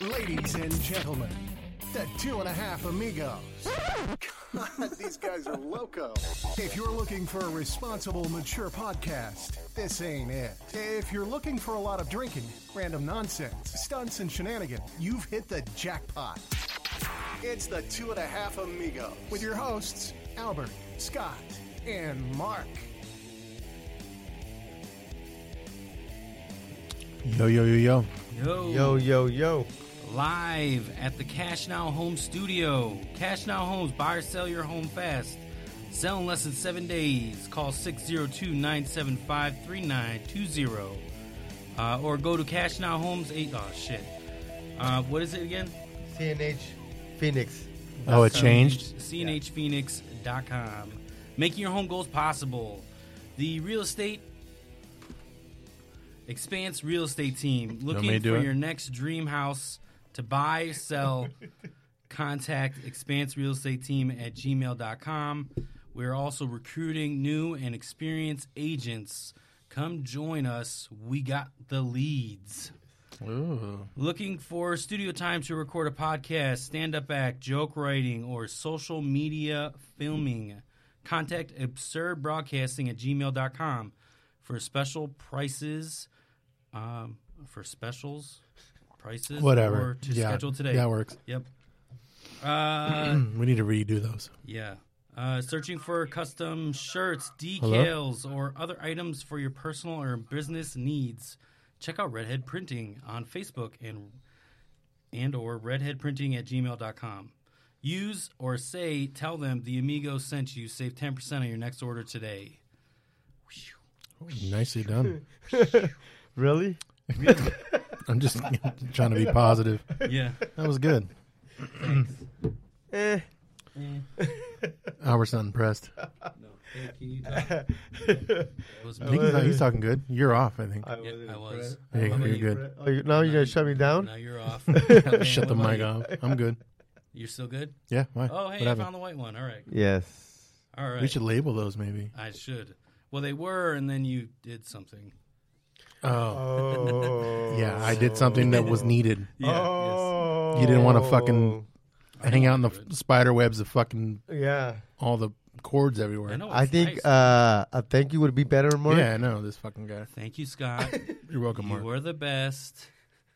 Ladies and gentlemen, the two and a half amigos. God, these guys are loco. If you're looking for a responsible, mature podcast, this ain't it. If you're looking for a lot of drinking, random nonsense, stunts, and shenanigans, you've hit the jackpot. It's the two and a half amigos with your hosts, Albert, Scott, and Mark. Yo, yo, yo, yo. Yo, Yo, yo, yo. live at the Cash Now Home Studio. Cash Now Homes, buy or sell your home fast. Sell in less than seven days. Call 602 975 3920. Uh, Or go to Cash Now Homes 8. Oh, shit. Uh, what is it again? CNH Phoenix. Oh, it changed. CNHphoenix.com. Making your home goals possible. The real estate expanse real estate team me looking to do for it? your next dream house to buy, sell, contact expanse real estate team at gmail.com. We're also recruiting new and experienced agents. Come join us. We got the leads. Ooh. Looking for studio time to record a podcast, stand up act, joke writing, or social media filming? Contact absurdbroadcasting at gmail.com for special prices. Um, for specials, prices, Whatever. Or to yeah. schedule today. That works. Yep. Uh, Mm, We need to redo those. yeah. Uh, searching for custom shirts, decals, or other items for your personal or business needs. Check out Redhead Printing on Facebook and and or redheadprinting at gmail.com. Use or say, tell them the Amigo sent you. Save 10% on your next order today. Nicely done. Really? I'm just trying to be positive. Yeah. That was good. Eh. Albert's not impressed. no, thank you. That was I think me. he's, he's talking good. You're off, I think. Yeah, I was. Hey, How about you're you? good. Oh, you, now you're gonna shut me down? Now you're off. Shut the mic off. I'm good. You're still good? Yeah, why? Oh, what hey, I happened? found the white one. All right. Yes. All right. We should label those maybe. I should. Well, they were, and then you did something. Oh. Oh. Yeah, I did something that was needed. Yeah. Oh. You didn't want to fucking hang out in the do f- spider webs of fucking Yeah. all the cords Yes. everywhere. I know. I Oh, it's think nice. uh, a thank you would be better, Mark. Yeah, I know this fucking guy. Thank you, Scott. You're welcome, Mark. you are the best.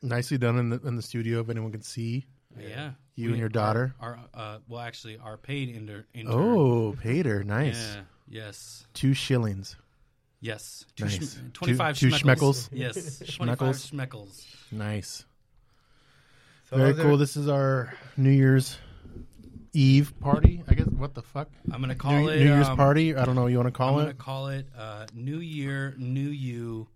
Nicely done in the in the studio. If anyone can see Yeah. you We- and your daughter. Our, uh, well, actually, our paid inter- intern. Oh, Pater, yeah. nice. Yes. Two shillings. Yes. Nice. schm- Two- Twenty-five. two schmeckles. schmeckles. Yes. Twenty-five schmeckles. Nice. So Very is there- cool. This is our New Year's Eve party. I guess what the fuck? I'm gonna call New, it New Year's um, party. I don't know. what You want to I'm call gonna it? call it uh, New Year, New You.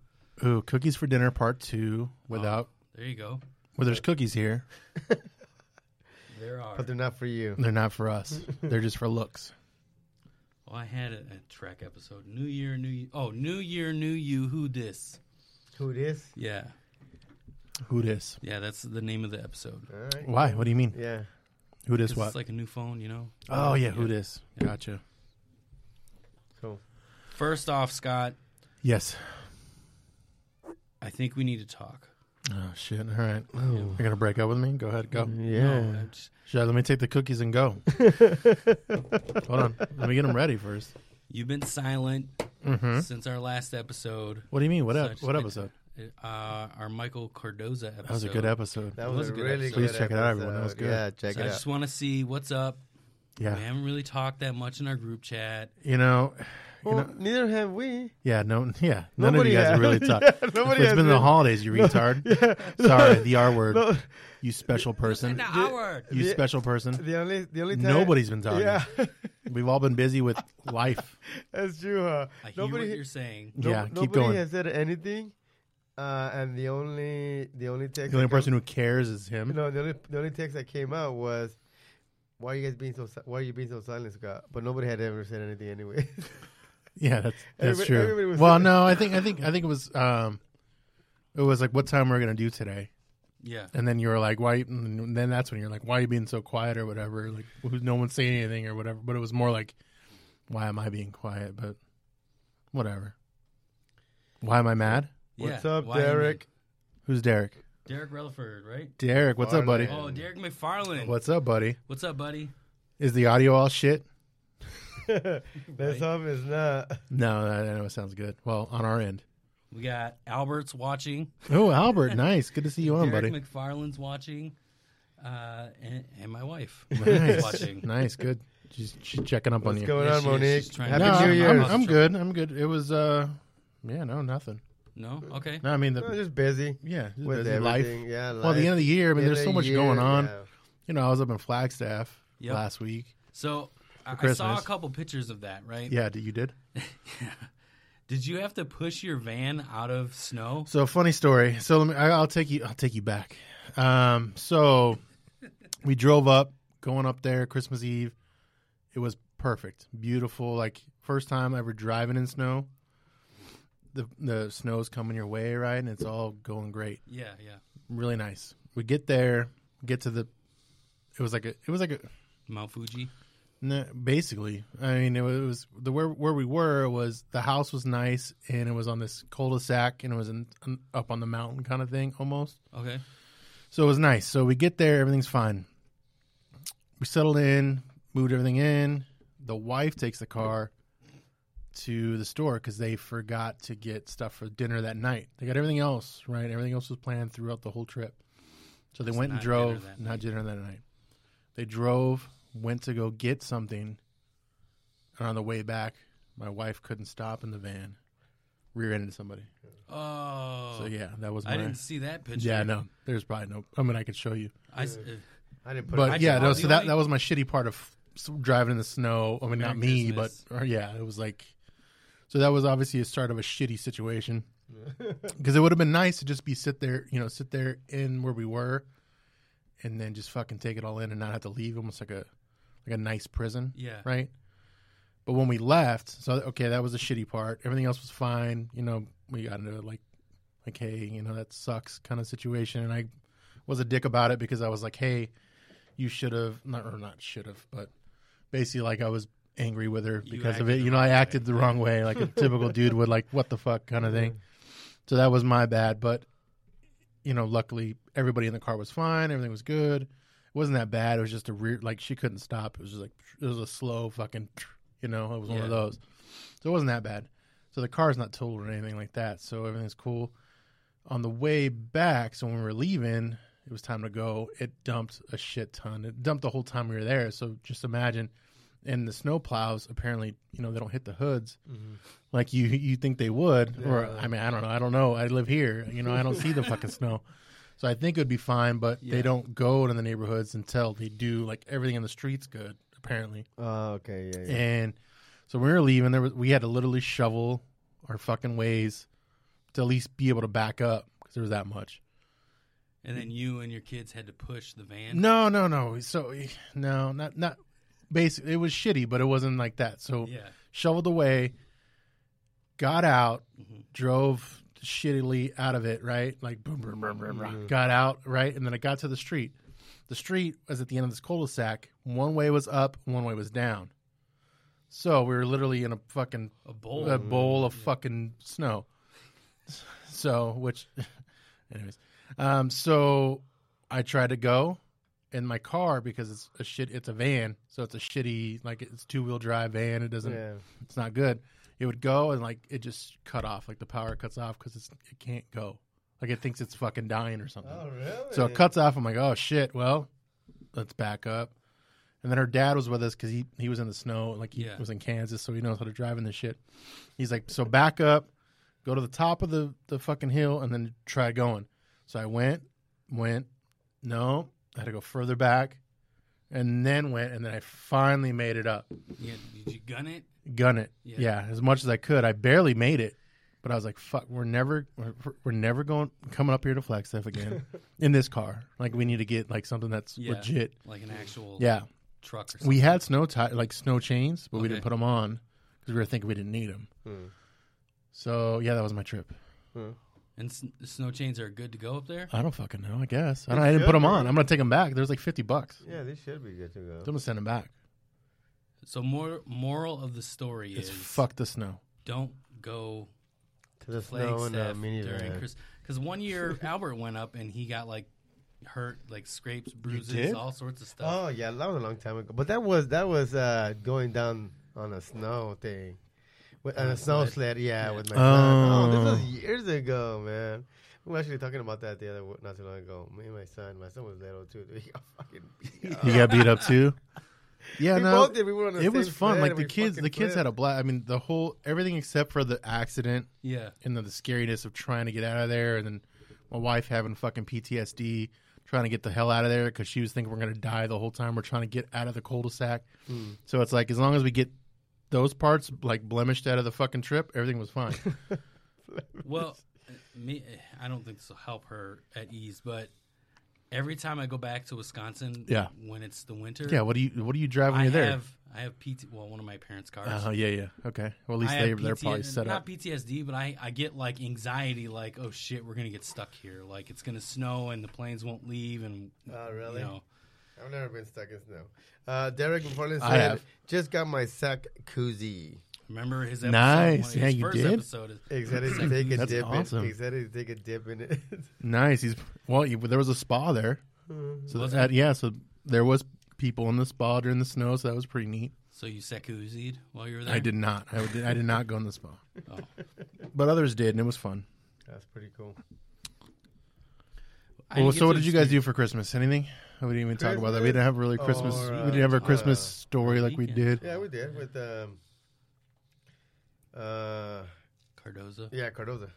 Ooh, cookies for dinner part two. Without There you go. well, there's cookies here. There are. But they're not for you. They're not for us. They're just for looks. oh, I had a, a track episode. New Year, New You. Oh, New Year, New You. Who this? Who it is? Yeah. Who dis? Yeah. That's the name of the episode. All right. Why? What do you mean? Yeah. Who dis 'Cause what? It's like a new phone, you know. oh yeah, who dis? Gotcha. Cool. First off, Scott, Yes. I think we need to talk. Oh shit! All right, you're gonna break up with me. Go ahead, go. Mm-hmm. Yeah. I'm just- Shit, let me take the cookies and go. Hold on, let me get them ready first. You've been silent Mm-hmm. since our last episode. What do you mean? What ep- Such what a- episode? Uh, our Michael Cardoza episode. That was a good episode. That was, a good really episode. good Please check it out, everyone. That was episode. good. Yeah, check So it I out. just want to see what's up. We Yeah, haven't really talked that much in our group chat. you know, well, neither have we. yeah, no, yeah, none Nobody of you guys has. are really tough. Yeah, nobody it's has been the really- holidays, you retard. Sorry, the R word. No. You special person. Howard. You Yeah. special person. The only, the only time Nobody's been talking. Yeah, We've all been busy with life. that's true. Huh? I hear Nobody, what you're saying. no- yeah, nobody keep going. has said anything, uh, and the only, the only text, the only that come- person who cares is him. no, the only, the only text that came out was, "Why are you guys being so, si- why are you being so silent, Scott?" But nobody had ever said anything anyway. Yeah, that's that's Everybody- true. everybody was well, sitting- no, I think I think I think it was um, it was like what time we're gonna do today, Yeah. and then you were like, why? And then that's when you're like, why are you being so quiet or whatever? Like, who- no one's saying anything or whatever. But it was more like, why am I being quiet? But whatever. Why am I mad? yeah. What's up, Why you Derek? Who's Derek? Derek Relaford, right? Derek, what's up, buddy? Oh, Derek McFarland. What's up, buddy? What's up, buddy? Is the audio all shit? Let's hope it's not. No, I I know it sounds good. Well, on our end. We got Albert's watching. Oh, Albert, nice. Good to see you on, Derek buddy. McFarland's watching. Uh, and, and my wife is Nice, watching. nice, good. She's, she's checking up on What's you. going Yeah, on, she is. Monique? She's trying to- No, Happy New I'm- Year's. I'm, I'm good. I'm good. It was, uh, yeah, no, nothing. No? Okay. No, I mean No, the just busy yeah, just with busy life. everything. Yeah, life. Well, at the end of the year, I mean, End there's of so the much year, going on. yeah. You know, I was up in Flagstaff Yep. last week. So I, I saw a Christmas. couple pictures of that, right? Yeah, d- you did. Did you have to push your van out of snow? So funny story. So let me. I, I'll take you. I'll take you back. Um, so we drove up, going up there Christmas Eve. It was perfect, beautiful. Like first time ever driving in snow. The the snow's coming your way, right? And it's all going great, Yeah, yeah. really nice. We get there, get to the. It was like a. It was like a. Mount Fuji. No, basically, I mean, it was the where where we were was the house was nice, and it was on this cul-de-sac, and it was in, um, up on the mountain kind of thing almost. Okay. So it was nice. So we get there, everything's fine. We settled in, moved everything in. The wife takes the car to the store because they forgot to get stuff for dinner that night. They got everything else right. Everything else was planned throughout the whole trip. So they Just went and not dinner drove, that not dinner that night. They drove, went to go get something, and on the way back, my wife couldn't stop in the van, rear-ended somebody. Oh. So yeah, that was my. I didn't see that picture. yeah, no, there's probably no. I mean, I could show you. I s- uh, I didn't put But it. yeah, just- that was, so the that only- that was my shitty part of s- driving in the snow. I mean, Merry not me, Christmas. but or, yeah, it was like. So that was obviously a start of a shitty situation, because it would have been nice to just be sit there, you know, sit there in where we were, and then just fucking take it all in and not have to leave, almost like a like a nice prison, Yeah. right. But when we left, so okay, that was the shitty part. Everything else was fine, you know. We got into like, like, hey, you know, that sucks kind of situation, and I was a dick about it because I was like, hey, you should have not or not should have, but basically like I was angry with her You because of acted it. the You know, I wrong acted the wrong way, like a typical dude would like what the fuck kind of thing. So that was my bad, but you know, luckily everybody in the car was fine, everything was good. It wasn't that bad. It was just a rear like she couldn't stop. It was just like it was a slow fucking, you know, it was one Yeah. of those. So it wasn't that bad. So the car's not totaled or anything like that. So everything's cool. On the way back, so when we were leaving, it was time to go. It dumped a shit ton. It dumped the whole time we were there. So just imagine. And the snow plows apparently, you know, they don't hit the hoods like you you think they would. Or I mean, I don't know. I don't know. I live here. You know, I don't see the fucking snow. So I think it would be fine, but Yeah. they don't go to the neighborhoods until they do like everything in the streets good apparently. Oh, okay, yeah, yeah. And so when we were leaving, there was we had to literally shovel our fucking ways to at least be able to back up because there was that much. And then you and your kids had to push the van. No, no, no. So no, not not. Basically, it was shitty, but it wasn't like that. So Yeah. shoveled away, got out, drove shittily out of it. Right, like boom, boom, boom, boom, boom. Got out right, and then I got to the street. The street was at the end of this cul-de-sac. One way was up, one way was down. So we were literally in a fucking A bowl. a bowl of fucking snow. So, which, anyways, um, so I tried to go in my car because it's a shit. It's a van, so it's a shitty like it's two wheel drive van. It doesn't. Yeah. It's not good. It would go and like it just cut off. Like the power cuts off because it's it can't go. Like it thinks it's fucking dying or something. Oh, really? So it cuts off. I'm like, oh shit. Well, let's back up. And then her dad was with us because he he was in the snow, like he Yeah. was in Kansas, so he knows how to drive in this shit. He's like, so back up, go to the top of the the fucking hill, and then try going. So I went, went, no, I had to go further back, and then went, and then I finally made it up, Yeah, did you gun it? gun it, Yeah. yeah, as much as I could. I barely made it, but I was like, fuck, we're never, we're, we're never going coming up here to Flagstaff again in this car. Like we need to get like something that's Yeah. legit. Like an actual Yeah. truck or something. We had snow tie like snow chains, but we Okay. didn't put them on because we were thinking we didn't need them. So yeah, that was my trip. and s- snow chains are good to go up there? I don't fucking know. I guess I, don't, I didn't put them on. I'm gonna take them back. There's like fifty bucks. Yeah, this should be good to So go. I'm gonna send them back. So more moral of the story It's is fuck the snow. don't go To the plague snow and the stuff mini during van. Christmas. Because one year Albert went up and he got like hurt, like scrapes, bruises, did? all sorts of stuff. Oh yeah, that was a long time ago. But that was that was uh, going down on a snow thing, with, on On a a snow sled. sled. Yeah, Yeah. with my son. Oh, Oh. this was years ago, man. We were actually talking about that the other w- not too long ago. Me and my son. My son was little too. dude. He got fucking beat up. You got beat up too. Yeah, We no, both did. We were on the it was same fun. sled Like and the we kids, fucking the kids flipped. had a blast. I mean, the whole everything except for the accident Yeah. and then the scariness of trying to get out of there, and then my wife having fucking PTSD, trying to get the hell out of there because she was thinking we're gonna die the whole time. We're trying to get out of the cul-de-sac. Hmm. So it's like as long as we get those parts like blemished out of the fucking trip, everything was fine. Well, uh, me, eh, I don't think this will help her at ease, but every time I go back to Wisconsin, Yeah. when it's the winter, yeah. What do you What do you drive when I you're there? have I have PT. Well, one of my parents' cars. Oh yeah, yeah. Okay. Well, at least I they, have they're PTSD probably set not up. PTSD, but I, I get like anxiety, like oh shit, we're gonna get stuck here. Like it's gonna snow and the planes won't leave, and Oh, really? you know, I've never been stuck in snow. Uh, Derek McFarland I said, have. "Just got my sack koozie." remember his episode, Nice. one of Yeah, his you first did. episode. is- Excited to take a That's dip. awesome. In, excited to take a dip in it. Nice. He's well. you- There was a spa there, Mm-hmm. so Was that, yeah. So there was people in the spa during the snow, so that was pretty neat. So you secuzied while you were there. I did not. I did, I did not go in the spa, Oh. but others did, and it was fun. That's pretty cool. I Well, didn't so get what to did you guys do for Christmas? Anything? We didn't even talk about that. We didn't have really Christmas. Christmas or, we didn't have uh, a Christmas uh, story like we did. weekend. Yeah, we did with um, uh, Cardozo. yeah, Cardoza.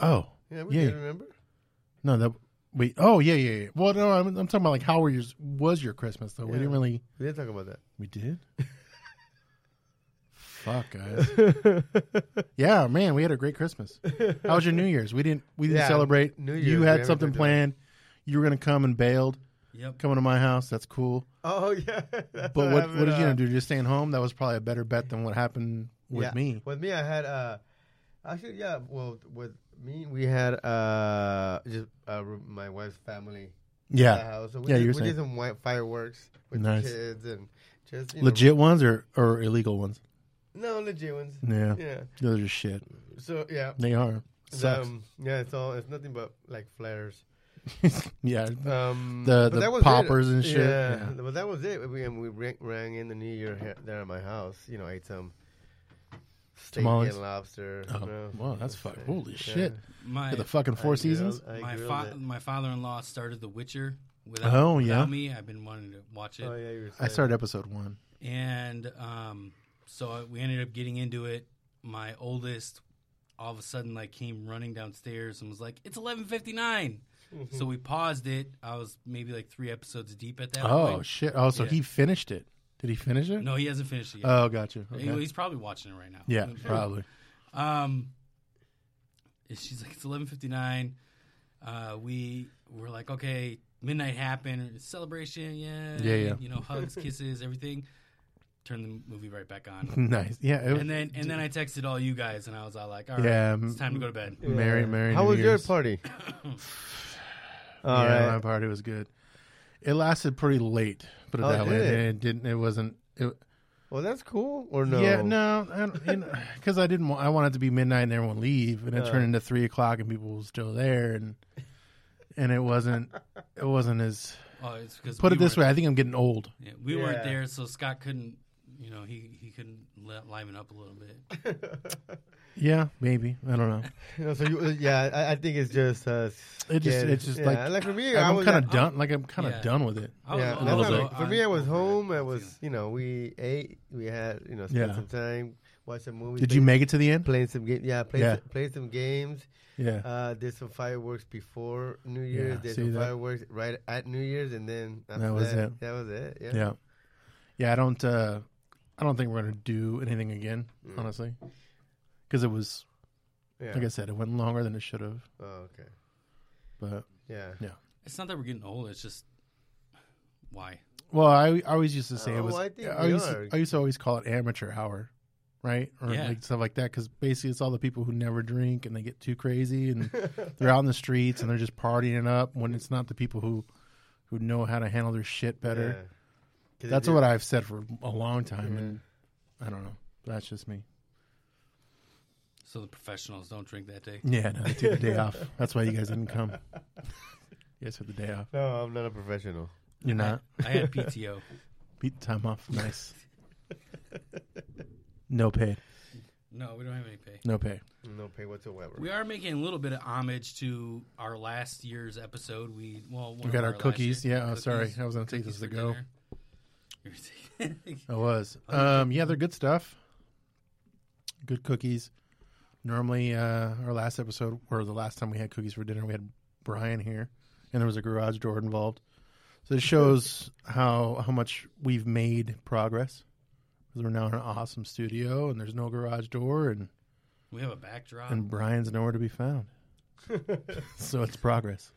Oh, Yeah, we Yeah. did. Remember? no, that wait. Oh, yeah, yeah, yeah. Well, no, I'm, I'm talking about like how were yours, was your Christmas though? We Yeah. didn't really. We did talk about that. We did. Fuck guys. yeah, man, we had a great Christmas. How was your New Year's? We didn't. We didn't Yeah, celebrate. New Year's, you we had haven't something done that. planned. You were gonna come and bailed. Yep. Coming to my house, that's cool. Oh yeah. That's But what happened, what did you uh, gonna do? Just staying home? That was probably a better bet than what happened with yeah. me. With me, I had uh, actually yeah. Well, with me, we had uh, just uh, r- my wife's family. at the Yeah, house. So we Yeah, did, you were we did saying. some white fireworks with Nice. the kids and just you know, legit ones or or illegal ones? No, legit ones. Yeah, Yeah. those are shit. So yeah. They are. Sucks. Um, yeah, it's all it's nothing but like flares. yeah, Um, The- but the that was it. poppers and shit, Yeah, yeah. but that was it. We and we rang, rang in the New Year here, there at my house. You know, ate some steak Tamales? and lobster. Oh, you know. wow, that's fuck. Holy Yeah. shit! My The fucking I Four grilled- Seasons. I my grilled fa- it. my father-in-law started The Witcher without, Oh, without yeah. me. I've been wanting to watch it. Oh yeah, you were I saying. started episode one. and um, so we ended up getting into it. My oldest, all of a sudden, like came running downstairs and was like, "It's eleven fifty nine. Mm-hmm. So we paused it. I was maybe like three episodes deep at that. Oh point. shit! Oh, so Yeah. he finished it. Did he finish it? no, he hasn't finished it yet. Oh, gotcha. Okay. He- He's probably watching it right now. yeah, probably. Um, and she's like, it's eleven fifty nine. Uh, we were like, okay, midnight happened, it's celebration, yeah, Yeah, yeah. You know, hugs, kisses, everything. Turn the movie right back on, nice. Yeah. It was, and then and then I texted all you guys, and I was all like, all right, Yeah, it's mm, time to go to bed. Merry, Merry. How New was your Year's. party? Yeah, All right. my party was good. It lasted pretty late, put it Oh, that did way. it? And it didn't. It wasn't. It, Well, that's cool. Or no? Yeah, no, because I didn't. wa- I wanted it to be midnight and everyone leave, and it Uh. turned into three o'clock and people were still there, and and it wasn't. It wasn't as. Oh, it's because Put it this way, I think I'm getting old. yeah, we weren't Yeah. there, so Scott couldn't. You know, he he couldn't li- liven up a little bit. Yeah, maybe. I don't know. You know, so you, uh, yeah, I, I think it's just uh, It just- scared. it's just yeah. like- and like for me, I I'm was kind at- of done. Like I'm kind of Yeah. done with it. Oh, I was Yeah, a that's little what bit- I- for me, I was over it. home. I I've was, seen it. you know, we ate, we had, you know, spent Yeah. some time, watched some movies. Did you make it to the end? playing some games? Yeah, played Yeah. Some, played some games. Yeah. Uh, did some fireworks before New Year's. Yeah, did see some that? fireworks right at New Year's, and then after That was it. That was it. Yeah. Yeah. Yeah, I don't uh I don't think we're going to do anything again, honestly. Cuz it was Mm. Yeah. like I said, it went longer than it should have, Oh, okay. but Yeah. It's not that we're getting old. It's just why. well, I, I always used to say it Oh, was I think I we used are. to, I used to always call it amateur hour, right? Or Yeah. like stuff like that cuz basically it's all the people who never drink and they get too crazy and they're out in the streets and they're just partying it up when it's not the people who who know how to handle their shit better. Yeah. 'Cause That's it- what I've said for a long time, and I don't know. That's just me. So the professionals don't drink that day. Yeah, no, they took the day off. That's why you guys didn't come. You guys took the day off. No, I'm not a professional. You're not. I had PTO. Beat the time off. Nice. No pay. No, we don't have any pay. No pay. No pay whatsoever. We are making a little bit of homage to our last year's episode. We well, one We got of our last cookies. year- Yeah, oh, sorry. I was gonna take cookies this to for go. dinner. You were taking- I was. Um, yeah, they're good stuff. Good cookies. Normally, uh, our last episode or the last time we had cookies for dinner, we had Brian here, and there was a garage door involved. So it shows how how much we've made progress. 'Cause we're now in an awesome studio, and there's no garage door, and we have a backdrop. and Brian's nowhere to be found. so it's progress.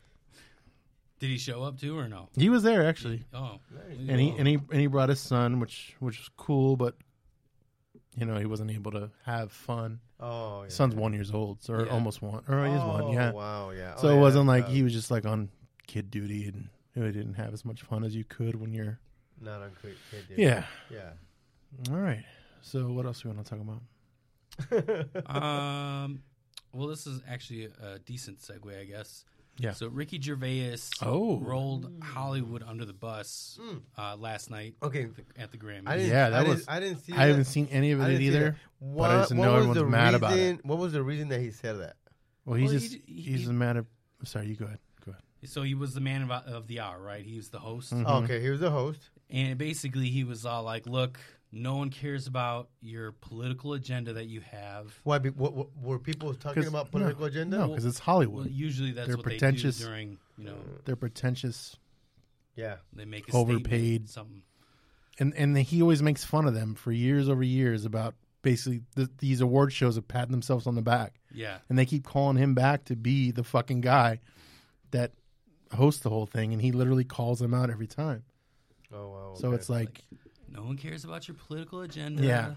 Did he show up too or no? He was there actually. Oh, and he and he and he brought his son, which which was cool, but you know he wasn't able to have fun. Oh, yeah. Son's one years old, so or Yeah. almost one, or he is Oh, one, yeah. Wow, yeah. So Oh, it yeah, wasn't that's, like uh, he was just like on kid duty and you know, he didn't have as much fun as you could when you're. Not on Kid Kid Dude. Yeah. Yeah. All right. So what else do we want to talk about? um, well, this is actually a decent segue, I guess. Yeah. So Ricky Gervais Oh. rolled Mm. Hollywood under the bus uh, last night. Okay. at the, at the Grammys. Mm. I didn't, Yeah, that I didn't, was- I didn't see I haven't that. seen any of I it didn't see either. that. but I just know everyone's mad about it. What was the reason that he said that? Well, he's Well, just he- he's he- mad at. Sorry, you go ahead. Go ahead. So he was the man of, of the hour, right? He was the host. Mm-hmm. Oh, Okay, he was the host. And basically, he was all like, look, no one cares about your political agenda that you have. Why? Be, what, what, were people talking 'Cause- about political no, agenda? No, because it's Well, Hollywood. usually that's They're what pretentious. they do during, you know, They're pretentious, Yeah. they make a Overpaid. statement, something. and and he always makes fun of them for years over years about basically th- these award shows have patting themselves on the back. Yeah. and they keep calling him back to be the fucking guy that hosts the whole thing and he literally calls them out every time Oh wow. so okay. it's like No one cares about your political agenda. Yeah.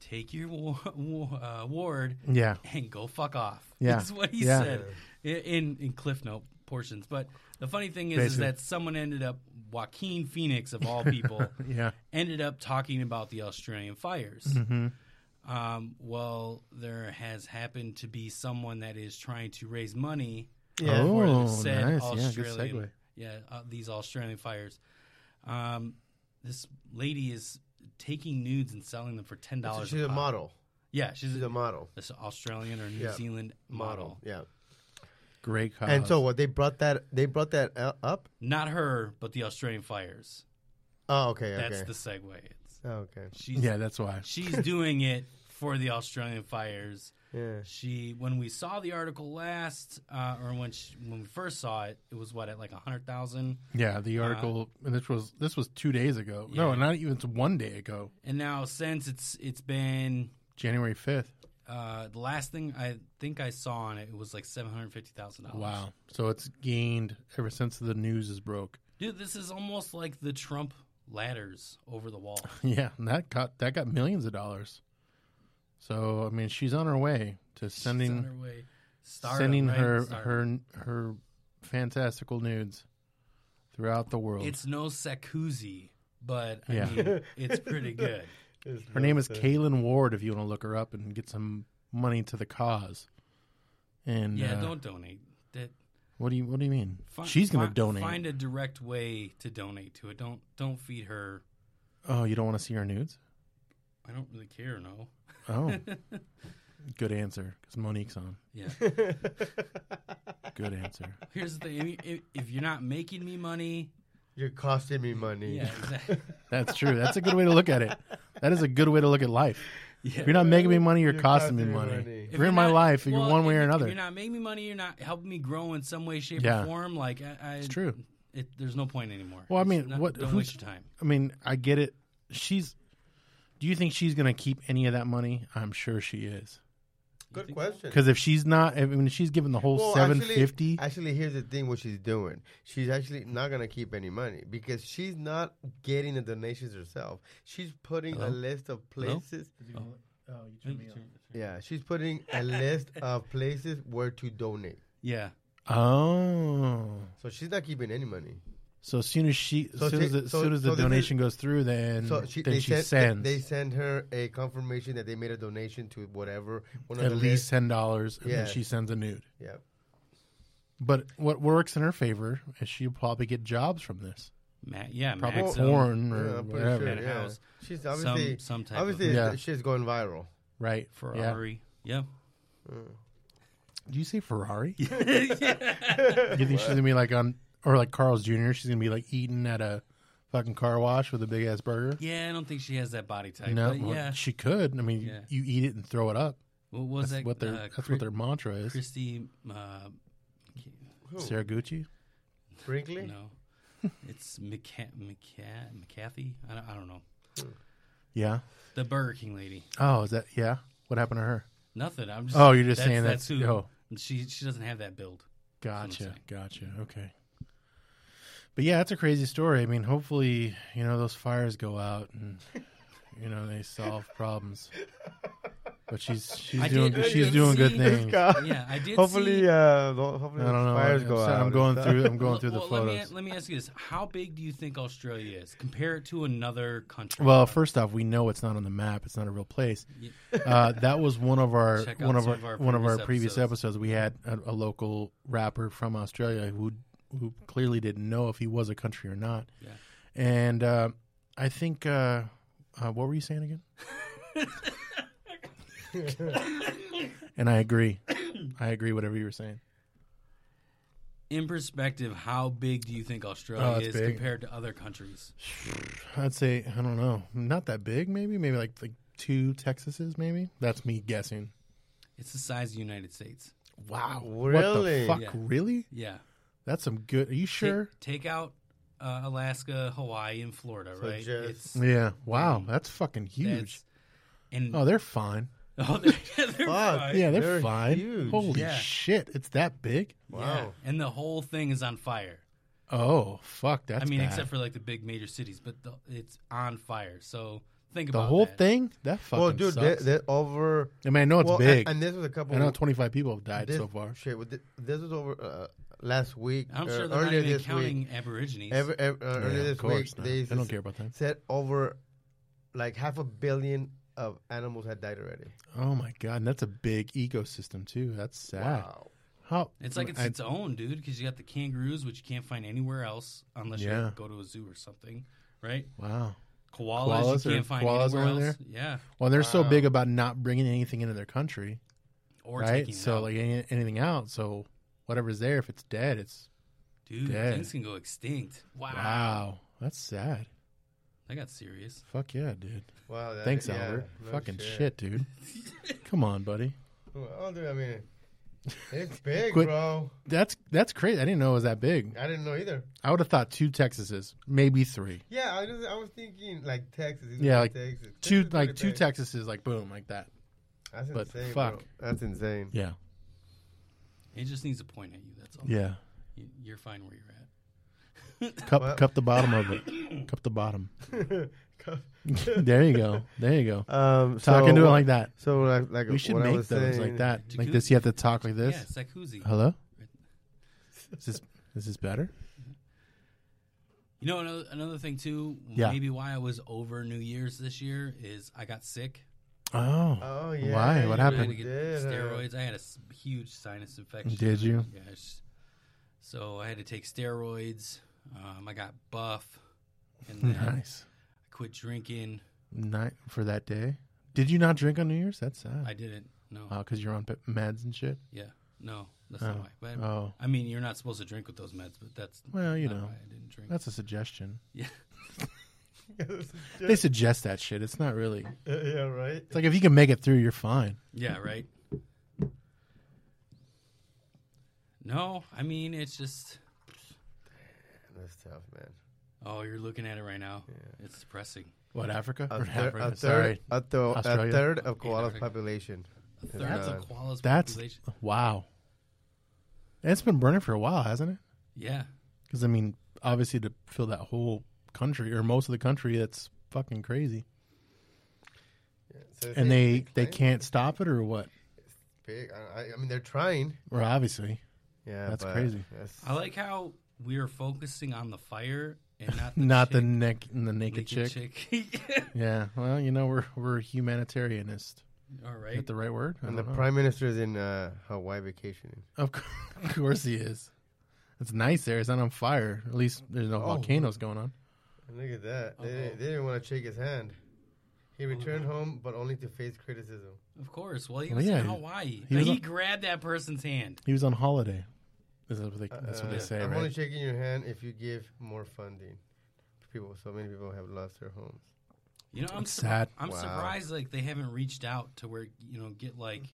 Take your wa- wa- uh, ward yeah and go fuck off. Mm. Yeah. That's what he Yeah. said in, in in Cliff Note portions. But the funny thing is, is Basically. that someone ended up, Joaquin Phoenix of all people, yeah Mm-hmm. ended up talking about the Australian fires. Um, well, there has happened to be someone that is trying to raise money Yeah. oh for the nice said yeah good Australian, segue yeah, uh, these Australian fires. Um, this lady is taking nudes and selling them for ten So dollars. she's a model. Yeah, she's, She's a a model. this Australian or New Yeah. Zealand model. Yeah. great cause. And so what they brought that they brought that uh, up. Not her, but the Australian fires. Oh okay. Okay. That's the segue. It's, oh, okay. she's yeah that's why she's doing it for the Australian fires. Yeah. She, when we saw the article last, uh, or when she, when we first saw it, it was what at like a hundred thousand, yeah the article and this was this was two days ago no Uh-huh. Yeah. not even it's one day ago and now since it's it's been january 5th uh, the last thing I think I saw on it, it was like seven hundred fifty thousand dollars. wow so it's gained ever since the news is broke dude, this is almost like the Trump ladders over the wall. yeah and that got that got millions of dollars so i mean she's on her way to sending She's on her way. Startup, sending right? her Startup. her her fantastical nudes throughout the world. It's no Sakuzi, but I Yeah. mean, it's pretty good. It's her name is Kaylin Ward. If you want to look her up and get some money to the cause, and Yeah, uh, don't donate. That what do you what do you mean? Fi- She's gonna fi- donate. Find a direct way to donate to it. Don't don't feed her. oh, you don't want to see her nudes? I don't really care. No. Oh, good answer. Because Monique's on. Yeah. Good answer. Here's the thing. I- If, if you're not making me money, You're costing me money. yeah, exactly. That's true. That's a good way to look at it. That is a good way to look at life. If you're not making me money, you're, You're costing me costing me money. money. If you're in my not- life, if well, you're one way if- or if another. You're not making me money. You're not helping me grow in some way, shape, Yeah. or form. Like I, I, it's true. It, there's no point anymore. Well, I It's mean, what- Don't who's- waste your time. I mean, I get it. She's. Do you think she's gonna keep any of that money? I'm sure she is. Good question. Because if she's not, I mean, if she's given the whole Well, seven fifty. Actually, actually, here's the thing: what she's doing, she's actually not gonna keep any money because she's not getting the donations herself. She's putting a list of places. Yeah, she's putting a list of places where to donate. Yeah. Oh, So she's not keeping any money. So as soon as she, as So soon as she- the, as so- soon as so the this is- donation goes through, then So she, Mm. then they she sent, sends They send her a confirmation that they made a donation to whatever. One of at the least ten dollars, and Yeah. then she sends a nude. li- Yeah. But what works in her favor is she'll probably get jobs from this, Ma- yeah, um, probably Maxim. porn or Yeah, I'm pretty whatever, sure. At a Yeah. house. She's Some- obviously some type of- obviously Yeah. she's going viral. right? Ferrari. Yeah. Yeah. Do you say Ferrari? yeah. You think she's gonna be like on or like Carl's Jr. She's gonna be like eating at a fucking car wash with a big ass burger? Yeah, I don't think she has that body type. no, but well, yeah. she could. I mean, Yeah. you eat it and throw it up. What was That's that? what their uh, that's what their mantra is. Christy. Uh, Sarah Gucci. Brinkley? no, it's McCa- McCa- McCarthy. I don't, I don't know. Yeah. The Burger King lady. Oh, is that yeah? What happened to her? Nothing. I'm just. Oh, you're just that's- saying that's that's- who. oh. She she doesn't have that build. Gotcha. saying. Gotcha. Okay. But yeah, it's a crazy story. I mean, hopefully, you know, those fires go out and you know, they solve problems. But she's she's I doing did- I she's did doing good see- things. I Yeah, I did. Hopefully, see, uh, the- hopefully don't know. the fires I'm, go sorry, out. I'm and going stuff. through I'm going Well- through the well, Let photos. me, let me ask you this: How big do you think Australia is? Compare it to another country. Well, first off, we know it's not on the map. It's not a real place. Uh, that was one of our Check out one of some our, of our one of our previous previous episodes. episodes. We had a, a local rapper from Australia who who clearly didn't know if he was a country or not. Yeah. And uh, I think uh, uh, what were you saying again? and I agree. I agree. Whatever you were saying. in perspective, how big do you think Oh, Australia it's is big. compared to other countries? I'd say I don't know. Not that big. Maybe maybe like like two Texases. Maybe that's me guessing. It's the size of the United States. Wow. Really? What the Yeah. fuck? Really? Yeah. That's some good. Are you Ta- sure? Take, out uh, Alaska, Hawaii, and Florida, right? just- it's Yeah. Wow. That's fucking huge. that's- and Oh, they're fine. oh, they're, yeah, they're fine. Yeah, they're, They're fine. huge. Holy Yeah. shit. It's that big? Yeah. Wow. And the whole thing is on fire. Oh, fuck. That's I mean, bad. except for like the big major cities, but the, it's on fire. So think the about whole that. thing? That fucking Well, dude, they're, sucks. they're over. I mean, I know it's well, and- big. And, this was a couple. I know 25 people have died this, so far. Shit, well, thi- this was over uh, last week. I'm uh, sure they're not earlier even this counting week. Aborigines. Ever, ever, uh, Yeah, earlier of this course week, not. they They don't care about that. Said over, like half a billion of animals had died already. Oh, my God. And that's a big ecosystem, too. That's sad. How? it's like it's I- its own, dude, because you got the kangaroos, which you can't find anywhere else unless Yeah. you go to a zoo or something, right? Wow. Koalas, Koalas you are- can't find koalas anywhere over else. Yeah, Well, they're so big about not bringing anything into their country, or right? taking So, out. like, any, anything out. So, whatever's there, if it's dead, it's dude, dead. things can go extinct. Wow, wow. That's sad. that got serious. Fuck yeah, dude. Wow. That, Thanks, Uh, yeah, Albert. no Fucking shit. dude. Come on, buddy. Well, dude, I mean, it's big, Quit- bro. That's that's crazy. I didn't know it was that big. I didn't know either. I would have thought two Texases, maybe three. Yeah, I, just, I was thinking like Texas. it's Yeah, like Texas. two Texas is like pretty two big. Texases, like boom, like that. That's but insane, fuck. bro. That's insane. Yeah, It just needs to point at you. That's all. yeah. You- you're fine where you're at. Cup What? cup the bottom of it. cup the bottom. um, There you go. There you go. Talking to it like that. So like, like We should what I make was those saying- like that. Like Jacuzzi. this. You have to talk like this. Yeah, it's like Hoosie. Hello. Is this is this better? You know, another, another thing too. Yeah. Maybe why I was over New Year's this year is I got sick. Oh. Oh yeah. Why? What you I had to happened? get did, huh? steroids. I had a s- huge sinus infection. Did you? Yes. So I had to take steroids. Um, I got buff, and then I Nice. quit drinking. Night for that day. Did you not drink on New Year's? That's sad. I didn't. No. Oh, because you're on p- meds and shit. Yeah. No. That's not why. But Oh, I mean, you're not supposed to drink with those meds, but that's well, you not know, why I didn't drink. that's a suggestion. yeah. They suggest that shit. It's not really. yeah, right. It's like if you can make it through, you're fine. Yeah. Right. No, I mean it's just. That's tough, man. Oh, you're looking at it right now. It's depressing. What Africa? A, Or thir- Africa, a third, Sorry, a, thir- a Australia. third of koala's Africa. population. A is third of gone. koala's that's population. wow. And it's been burning for a while, hasn't it? Yeah. Because I mean, obviously to fill that whole country or most of the country, that's fucking crazy. So it's And they they declining. can't stop it or what? Big. I, I- I mean, they're trying. Or obviously, Yeah, That's but crazy. that's- I like how we are focusing on the fire and not the Not the chick- neck and the naked, chick. chick. Yeah. Well, you know we're we're humanitarianist. All right. Is that the right word? I And the don't know. prime minister is in uh, Hawaii vacationing. Of course, of course he is. It's nice there. It's not on fire. At least there's no volcanoes going on. Look at that. They, Uh-oh. Oh, they didn't want to shake his hand. He returned home, but only to face criticism. Of course. Well, he Well, was yeah, in he- Hawaii. he Now, was He, on- grabbed that person's hand. He was on holiday. That's what they, that's what they Uh, say, I'm right? only shaking your hand if you give more funding. People, so many people have lost their homes. You know, I'm That's surpri- sad. I'm Wow. surprised like they haven't reached out to where you know get like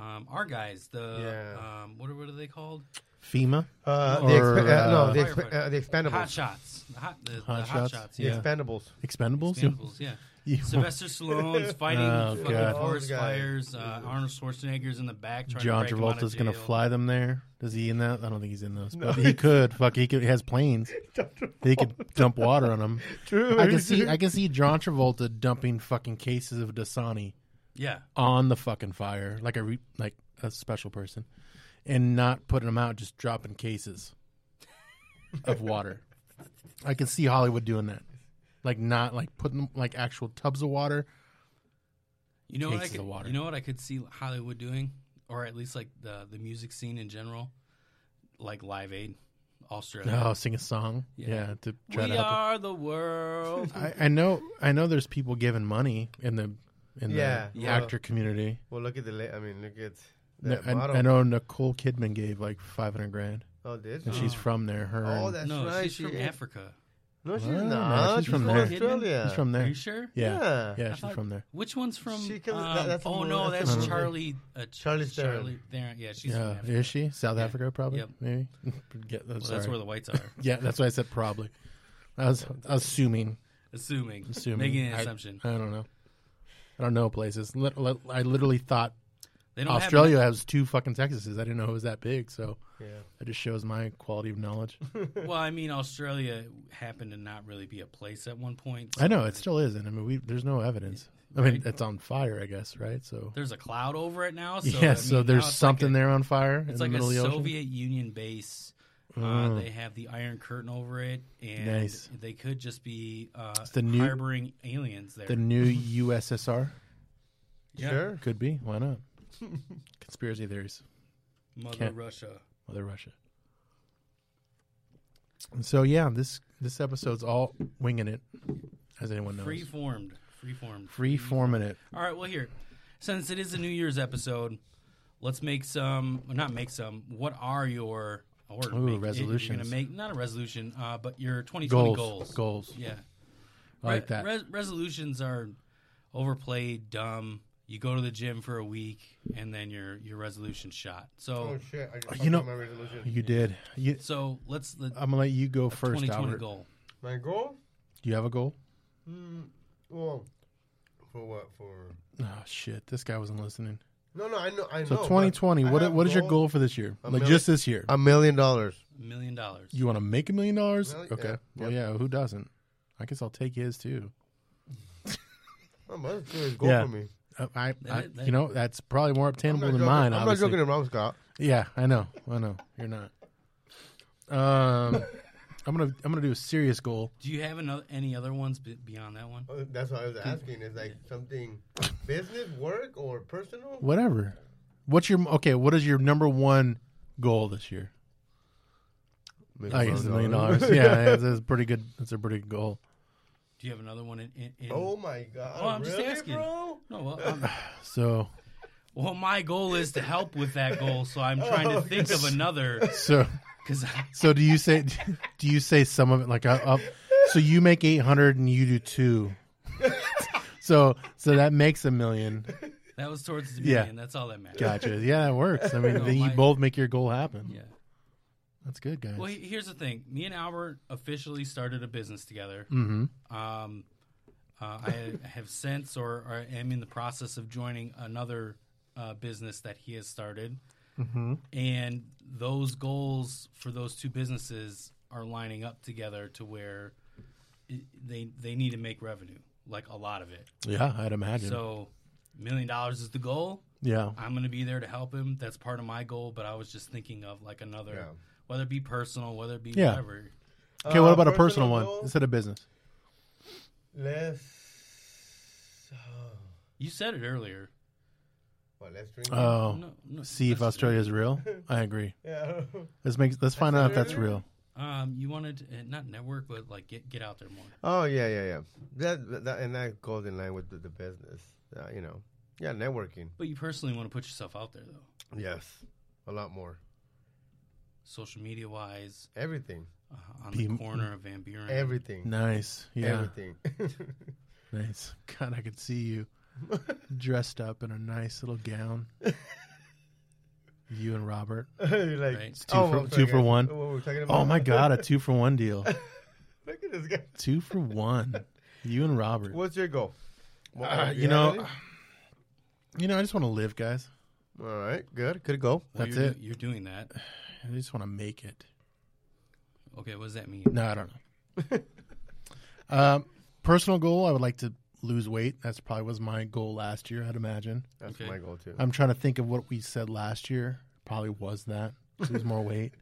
um, our guys the Yeah. um, what are what are they called? FEMA. Uh, the the Or, expa- uh, no, no, the, the expa- uh, expandables. Hot shots. The hot, the, the Hot hot, Shots? shots. Yeah. Yeah. Expandables. Expendables. Expendables, yeah. You- Sylvester Stallone's fighting Oh, fucking God. forest Those guys. fires. Uh, Arnold Schwarzenegger's in the back trying John to break him out of Travolta's gonna jail. fly them there. Does he in that? I don't think he's in those. But he could. Fuck, he could. He has planes. he could dump water on them. True. I can see. I can see John Travolta dumping fucking cases of Dasani Yeah, on the fucking fire, like a re, like a special person, and not putting them out, just dropping cases of water. I can see Hollywood doing that, like not like putting like actual tubs of water. you know what I Cases could, of water. you know what I could see Hollywood doing, or at least like the the music scene in general, like Live Aid, Australia. Oh, sing a song, yeah, Yeah. to try we to. Help are the world. it. I, I know. I know. There's people giving money in the in Yeah, the yeah. actor community. Well, look at the. La- I mean, look at No, that I, model. I know Nicole Kidman gave like five hundred grand, Oh, did and she? she's from there. Her Oh, and- that's no, right. she's she from ate- Africa. No, she's Oh, no, not. she's She's, from from, there. Australia. she's from Are there. you sure? Yeah, Yeah. yeah, I she's thought- from there. Which one's from? She comes- um, that- that's oh from- no, that's that's from- Charlie. Uh, Ch- Charlie Theron. Charlie Theron. Yeah, she's from Yeah, Africa. is she South Yeah. Africa? Probably, Yep. maybe. yeah, that's, Well, that's where where the whites are. yeah, that's why I said probably. I was assuming, assuming, assuming, making an I- assumption. I, don't know. I don't know places. Lit- lit- I literally thought They don't Australia has two fucking Texases. I didn't know it was that big, so Yeah. that just shows my quality of knowledge. Have, well, I mean, Australia happened to not really be a place at one point. I so know it still isn't. I mean, we there's no evidence. I mean, Right. it's on fire, I guess, right? So There's a cloud over it now. So yes, I so mean, now there's it's something like there on fire A, in it's the like middle a of the ocean. Mm. Soviet Union base. Uh, They have the Iron Curtain over it, and Nice. they could just be uh, the new- harboring aliens there. The new USSR yeah. Sure. could be. Why not? Conspiracy theories. Mother Can't- Russia. Mother Russia. And so yeah, this this episode's all winging it, as anyone knows. Free Free, formed. Free formed. forming it. All right, well, here, since it is a New Year's episode, let's make some, well, not make some, what are your or Ooh, make- You're resolutions. gonna make, not a resolution, uh, but your 2020 Goals, goals. goals. Yeah. I like that. Re- resolutions are overplayed, dumb. You go to the gym for a week, and then your your resolution shot. Oh So, shit! I just you fucked know- up my resolution. you did. You, so let's the I'm gonna let you go Uh, first, 2020 Albert. goal. My goal? Do you have a goal? Well, for what? For Oh shit, this guy wasn't listening. no, no. I know. I So know. but 2020, I what have what is your goal- goal for this year? A like million- Um, just this year. A million dollars. Million dollars. you want to make a million dollars? Well, yeah. Okay. Well, yeah, who doesn't? I guess I'll take his too. Oh, but that's a serious goal Yeah. for me. Uh, I, I That- that- you know, that's probably more I'm obtainable not than joking. mine. I'm not obviously. joking around, Scott. Yeah, I know. I know. You're not. Um, I'm gonna I'm gonna do a serious goal. Do you have another, any other ones be- beyond that one? Oh, That's what I was asking. Is like something business, work, or personal? Whatever. What's your okay? What is your number one goal this year? I guess a million dollars. Yeah, that's, that's pretty good. That's a pretty good goal. Do you have another one in? in, in Oh my god! Oh, I'm just really, asking. bro. No, well, I'm- So Well, my goal is to help with that goal, so I'm trying Oh, to think of another. so Because so do you say do you say some of it like up? up so you make eight hundred and you do two. so so that makes a million. that was towards the Yeah. beginning. That's all that matters. Gotcha. Yeah, that works. I mean, No, then you Oh my- both make your goal happen. Yeah. That's good, guys. Well, he- here's the thing. Me and Albert officially started a business together. mm-hmm. Um, uh, I have since, or, or am in the process of joining another uh, business that he has started, Mm-hmm. and those goals for those two businesses are lining up together to where it, they they need to make revenue, like a lot of it. Yeah, I'd imagine. So, uh, million dollars is the goal. yeah. I'm going to be there to help him. That's part of my goal, but I was just thinking of like another. Yeah. whether it be personal, whether it be Yeah. whatever. Okay, what Uh, about a personal one goal? instead of business? Let's. oh, You said it earlier. well, let's drink. it. Oh, No, no, see if that's- Australia's real. I agree. yeah. Let's make let's find out if that's real. Um, you wanted to, eh, not network, but like get get out there more. Oh yeah, yeah, yeah. That, that and that goes in line with the, the business. Uh, you know, yeah, networking. But you personally want to put yourself out there though, Yes, a lot more. social media wise, Everything, uh, on Be- the corner of Van Buren. everything, Nice. Yeah. everything. Nice. God, I could see you dressed up in a nice little gown. you and Robert. You're like Right. It's two for- I'm two sorry, for guys. one. Oh, What were we talking about? Oh my god, a two for one deal. Look at this guy. Two for one. You and Robert. What's your goal? What- Uh, you have know- any? You know, I just want to live, guys. uh, All right, good, good goal. Well, That's you're, it. do- You're doing that. I just want to make it. Okay, what does that mean? No, I don't know. um, personal goal: I would like to lose weight. That's probably was my goal last year. I'd imagine. That's Okay. my goal too. I'm trying to think of what we said last year. Probably was that lose more weight,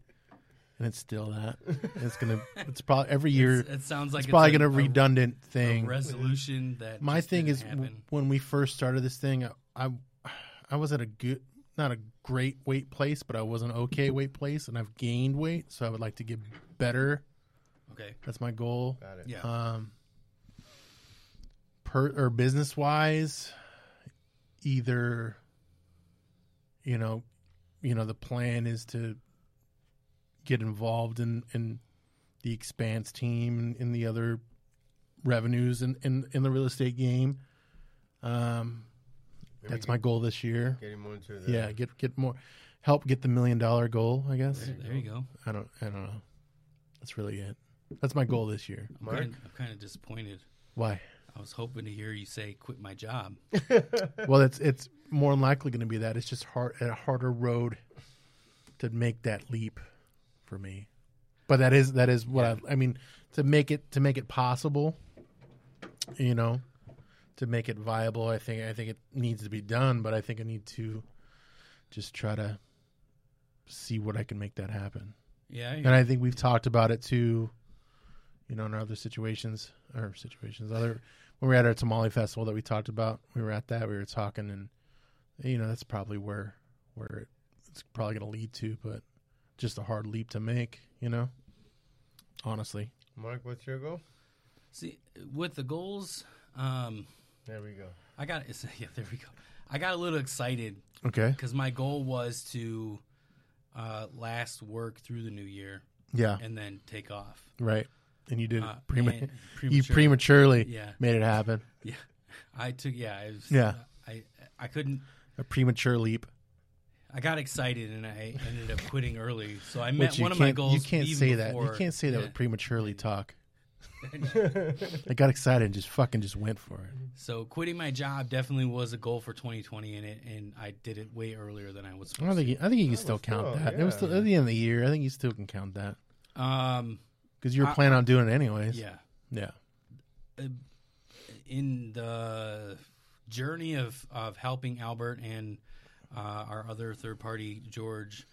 and it's still that. It's gonna. It's probably every year. It's, It sounds like probably it's gonna a- a- redundant a thing. resolution that my just thing didn't is w- happen. when we first started this thing I, I i was at a good not a great weight place but i was an okay weight place and i've gained weight so i would like to get better okay. that's my goal Got it. Yeah. um per or business wise either you know you know the plan is to get involved in in the expanse team and in the other revenues in in, in the real estate game um Maybe that's my goal this year Getting more into the yeah get get more help get the million dollar goal i guess there you go. i don't i don't know that's really it that's my goal this year I'm Mark? kind, I'm kind of disappointed. why I was hoping to hear you say quit my job. well, it's it's more than likely going to be that. It's just hard a harder road to make that leap for me. But that is that is what I I mean to make it to make it possible. You know, to make it viable, I think I think it needs to be done. But I think I need to just try to see what I can make that happen. Yeah, And I think we've talked about it too, you know, in our other situations or situations. Other when we were at our tamale festival that we talked about, we were at that, we were talking, and you know, that's probably where where it's probably going to lead to, but just a hard leap to make, you know. Honestly, Mark, what's your goal? see with the goals. Um, There we go. I got it's, yeah. There we go. I got a little excited okay, because my goal was to uh, last work through the new year yeah, and then take off. right. And you did Uh, it prema- and you prematurely Yeah. made it happen. Yeah, I took. Yeah, I was, uh, Yeah. I I couldn't. A premature leap. I got excited and I ended up quitting early. So I Which met you one of can't, my goals. you can't even say that. before- You can't say that Yeah. with prematurely talk. I got excited and just fucking just went for it. So quitting my job definitely was a goal for 2020, and it and I did it way earlier than I was I don't supposed think you, I think you can still was count still, that. It was yeah. still at the end of the year. I think you still can count that to. Um, because you were I- planning on doing it anyways. yeah. yeah. In the journey of of helping Albert and uh, our other third party George,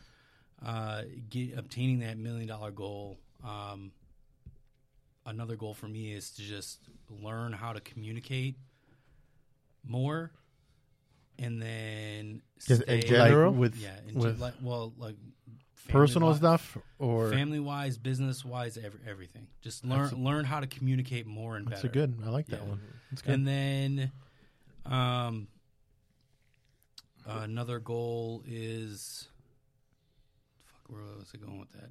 uh, get, obtaining that million dollar goal. Um, another goal for me is to just learn how to communicate more, and then Just in stay- general? Like with yeah, and with ju- like well, like personal family-wise- stuff or family wise, business wise, every, everything. Just learn learn how to communicate more and that's better. a good. I like that Yeah. one. That's good. And then, um, another goal is, fuck, where was I going with that?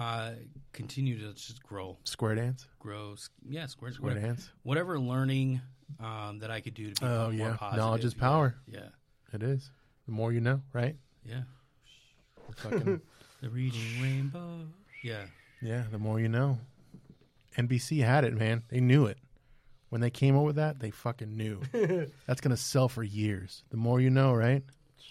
Uh, continue to just grow, square dance. grow. s- Yeah, square, Square square. dance. Whatever learning um, that I could do to be Oh more yeah. positive. Knowledge is yeah. power. Yeah, It is. The more you know, right? yeah. We're Fucking, The reading rainbow. Yeah, yeah. The more you know. NBC had it, man. They knew it. When they came up with that, they fucking knew. That's gonna sell for years. The more you know, right?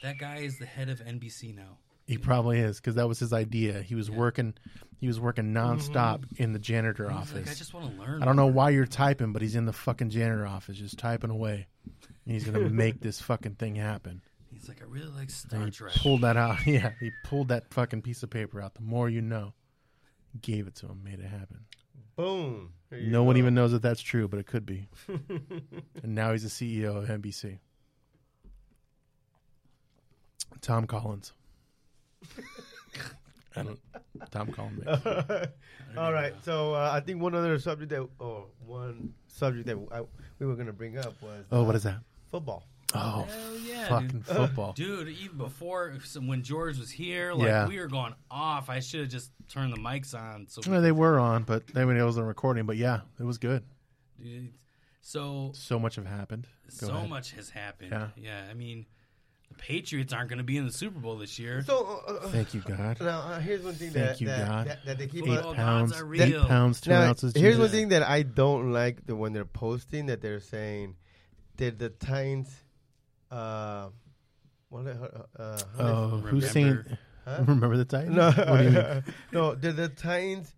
that guy is the head of NBC now. He probably is because that was his idea. He was working, he was working nonstop in the janitor He's like, I office. just want to learn. Mm-hmm. I don't know why you're typing, but he's in the fucking janitor office just typing away. And he's gonna make this fucking thing happen. He's He's like, I really like And Star he Trek. pulled that out. Yeah, he pulled that fucking piece of paper out. The more you know, gave it to him, made it happen. Boom. There you No one go. even knows that that's true, but it could be. and now he's the CEO of NBC. Tom Collins. I don't. Tom Collins. makes sense. All right. So uh, I think one other subject that, or one subject that I, we were gonna bring up was uh, Oh, what is that? football. Oh, Hell yeah, fucking dude. football. Dude, even before some- when George was here, like Yeah. we were going off. I should have just turned the mics on. So, Well, they were on, but I mean, it wasn't recording. But yeah, it was good. dude, so So much have happened. Go so ahead. much has happened. Yeah. I mean, the Patriots aren't going to be in the Super Bowl this year. So uh, uh, Thank you, God. now uh, here's one thing Thank that you, that, God. that, that they keep Football on, Eight gods pounds, are eight real. pounds, two Now, ounces. Here's Jesus. one thing that I don't like the when they're posting that they're saying did the Titans uh what the- uh, uh, Oh, who's saying? Remember. Huh? Remember the Titans? no What do you mean? no did the Titans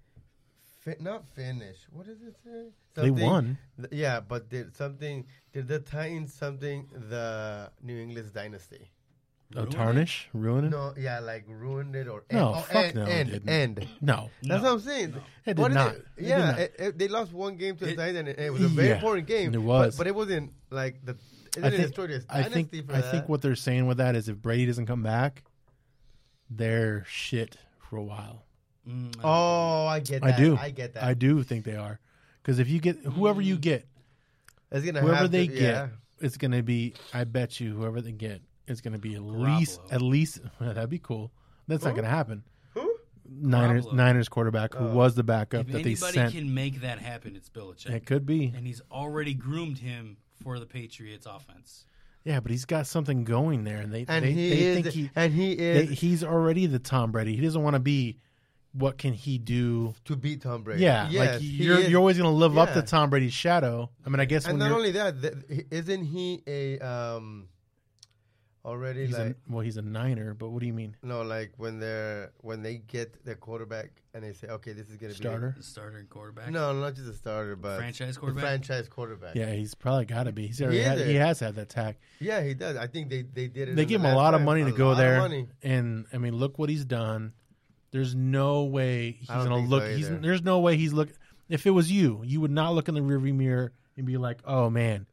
fi- not finish what does it say They won. Th- yeah but did something did the Titans something the New England's dynasty Oh, Ruin it? tarnish, ruin it. No, no yeah like ruined it or Hmm? No, end. Oh, fuck end, no, it end, didn't. end. That's No, what I'm saying. It did What not. It It, did yeah, not. It, it- they lost one game to the It- Titans, and it, it was a very Yeah, important game. it was. but, but it wasn't like the. It didn't I think. destroy this I dynasty think. for I that. think what they're saying with that is if Brady doesn't come back, they're shit for a while. Mm, I- Oh, I get. I That. do. I get that. I do think they are, because if you get whoever you get, It's gonna whoever have they to, get, Yeah. it's going to be. I bet you whoever they get is going to be at least Garoppolo. at least that'd be cool. That's not going to happen. Who? Oh. Niners Garoppolo. Niners quarterback who was the backup if that they anybody sent. can make that happen, it's Belichick, it could be. and he's already groomed him for the Patriots offense. Yeah, but he's got something going there, and they And they, he they is. think he and he they, is he's already the Tom Brady. He doesn't want to be. What can he do? to beat Tom Brady. Yeah, Yes, like he you're is. you're always going to live up to Yeah. Tom Brady's shadow. I mean, I guess and when not you're, only that, th- isn't he a um already he's like a, well, he's a Niner, but what do you mean no like when they're when they get their quarterback and they say okay this is gonna starter? The starter and quarterback. be no not just a starter but Franchise the quarterback? franchise quarterback Yeah, he's probably got to be. He's already He had, is. he has had that tack. Yeah, he does. I think they they did it. They in give the him a last lot of time. money A to go lot of there, money. and I mean, look what he's done. There's no way he's I don't gonna think so look. he's either. there's no way he's look. If it was you, you would not look in the rearview mirror and be like, "Oh man,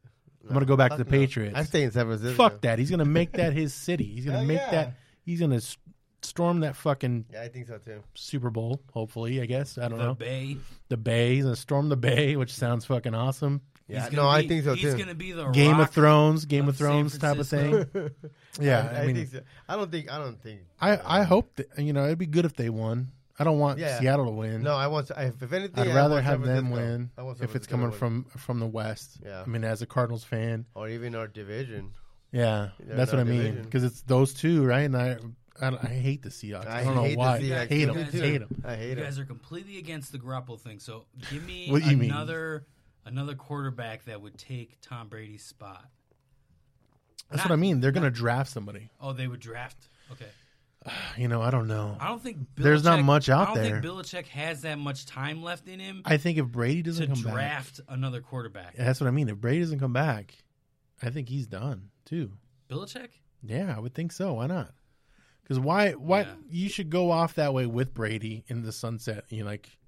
I'm gonna go back to the Fuck no. Patriots." I stay in San Francisco. Fuck that. He's gonna make that his city. He's gonna Hell make yeah. that. He's gonna s- storm that fucking Yeah, I think so too. Super Bowl. Hopefully, I guess I don't the know Bay. the Bay. He's gonna storm the Bay, which sounds fucking awesome. Yeah, He's no, gonna I be- think so He's too. going to be the Game Rock of Thrones, Game of of San Thrones type of Francisco. thing. Yeah, I, I, mean, I, think so. I don't think. I don't think. I, hope that you know it'd be good if they won. I don't want Yeah. Seattle to win. No, I want. to- If, if anything, I'd I rather want San have them Francisco. win I want San if it's Francisco to coming win. from from the West. Yeah. I mean, as a Cardinals fan, or even our division. yeah, They're that's what I not mean. division. Because it's those two, right? And I, I, don't- I hate the Seahawks. I, I don't know hate the why. Seahawks. Hate Me them. too. Hate them. I You hate it. guys are completely against the Garoppolo thing, so give me What you mean? another another quarterback that would take Tom Brady's spot. That's Not- what I mean. They're gonna draft somebody. Oh, they would draft. Okay, You know, I don't know. I don't think Belichick, There's not much out I don't there. think Belichick has that much time left in him I think if Brady to doesn't come back, draft another quarterback. that's what I mean. If Brady doesn't come back, I think he's done too. Belichick, Yeah, I would think so. Why not? Because why? Why Yeah. you should go off that way with Brady in the sunset? You like,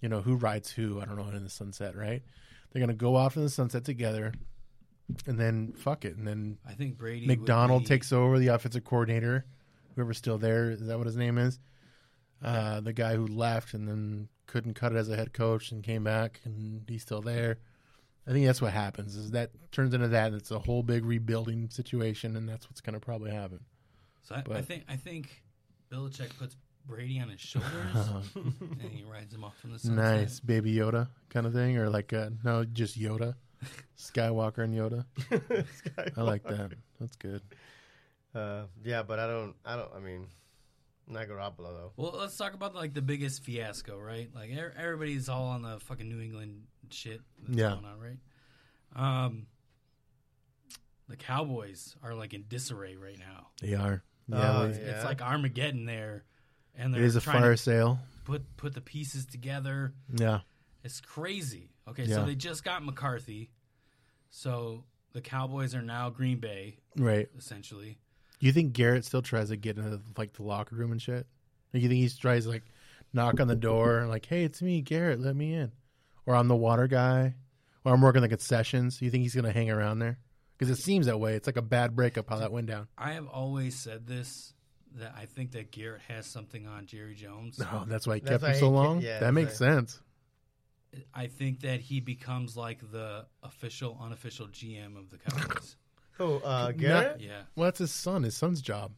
you know, who rides who? I don't know. In the sunset, right? They're gonna go off in the sunset together, and then fuck it, and then I think Brady would McDonald be- takes over the offensive coordinator, whoever's still there. Is that what his name is? Uh, the guy who left and then couldn't cut it as a head coach and came back, and he's still there. I think that's what happens. Is that turns into that? and It's a whole big rebuilding situation, and that's what's going to probably happen. So I, I but- think I think Belichick puts Brady on his shoulders and he rides him off in the sunset. Nice baby Yoda kind of thing, or like uh no, just Yoda, Skywalker and Yoda. I like that. That's good. Uh, yeah, but I don't. I don't. I mean, not Garoppolo though. Well, let's talk about like the biggest fiasco, right? Like er- everybody's all on the fucking New England shit that's Yeah. going on, right? Um, the Cowboys are like in disarray right now. They are. Yeah, Uh, they- Yeah. It's like Armageddon there, and it they're is a trying fire to sale. put put the pieces together. Yeah, It's crazy. Okay, Yeah. so they just got McCarthy, so the Cowboys are now Green Bay right. essentially. Do you think Garrett still tries to get into like the locker room and shit? Like, you think he tries to, like knock on the door and like, hey, it's me, Garrett, let me in, or I'm the water guy, or I'm working the concessions. You think he's gonna hang around there? Because it seems that way. It's like a bad breakup how that went down. I have always said this that I think that Garrett has something on Jerry Jones. No, that's why he That's kept why him he so kept- long. yeah, that that's makes right. sense. I think that he becomes like the official, unofficial GM of the Cowboys. Oh, uh, Garrett. yeah, Well, that's his son. His son's job.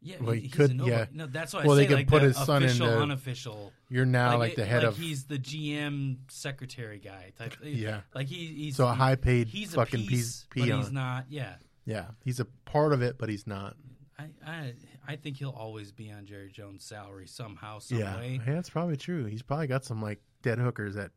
yeah. Well, he he's could- a nobody. yeah. No, that's why Well, I they say could like put the his son official, into- unofficial. You're now like, it- the head like of. He's the GM secretary guy type. Yeah. like he, he's So a high-paid He's fucking a piece, pe- but he's peon. not. Yeah, Yeah, he's a part of it, but he's not. I, I, I think he'll always be on Jerry Jones' salary somehow, some Yeah, way. yeah, that's probably true. He's probably got some like dead hookers that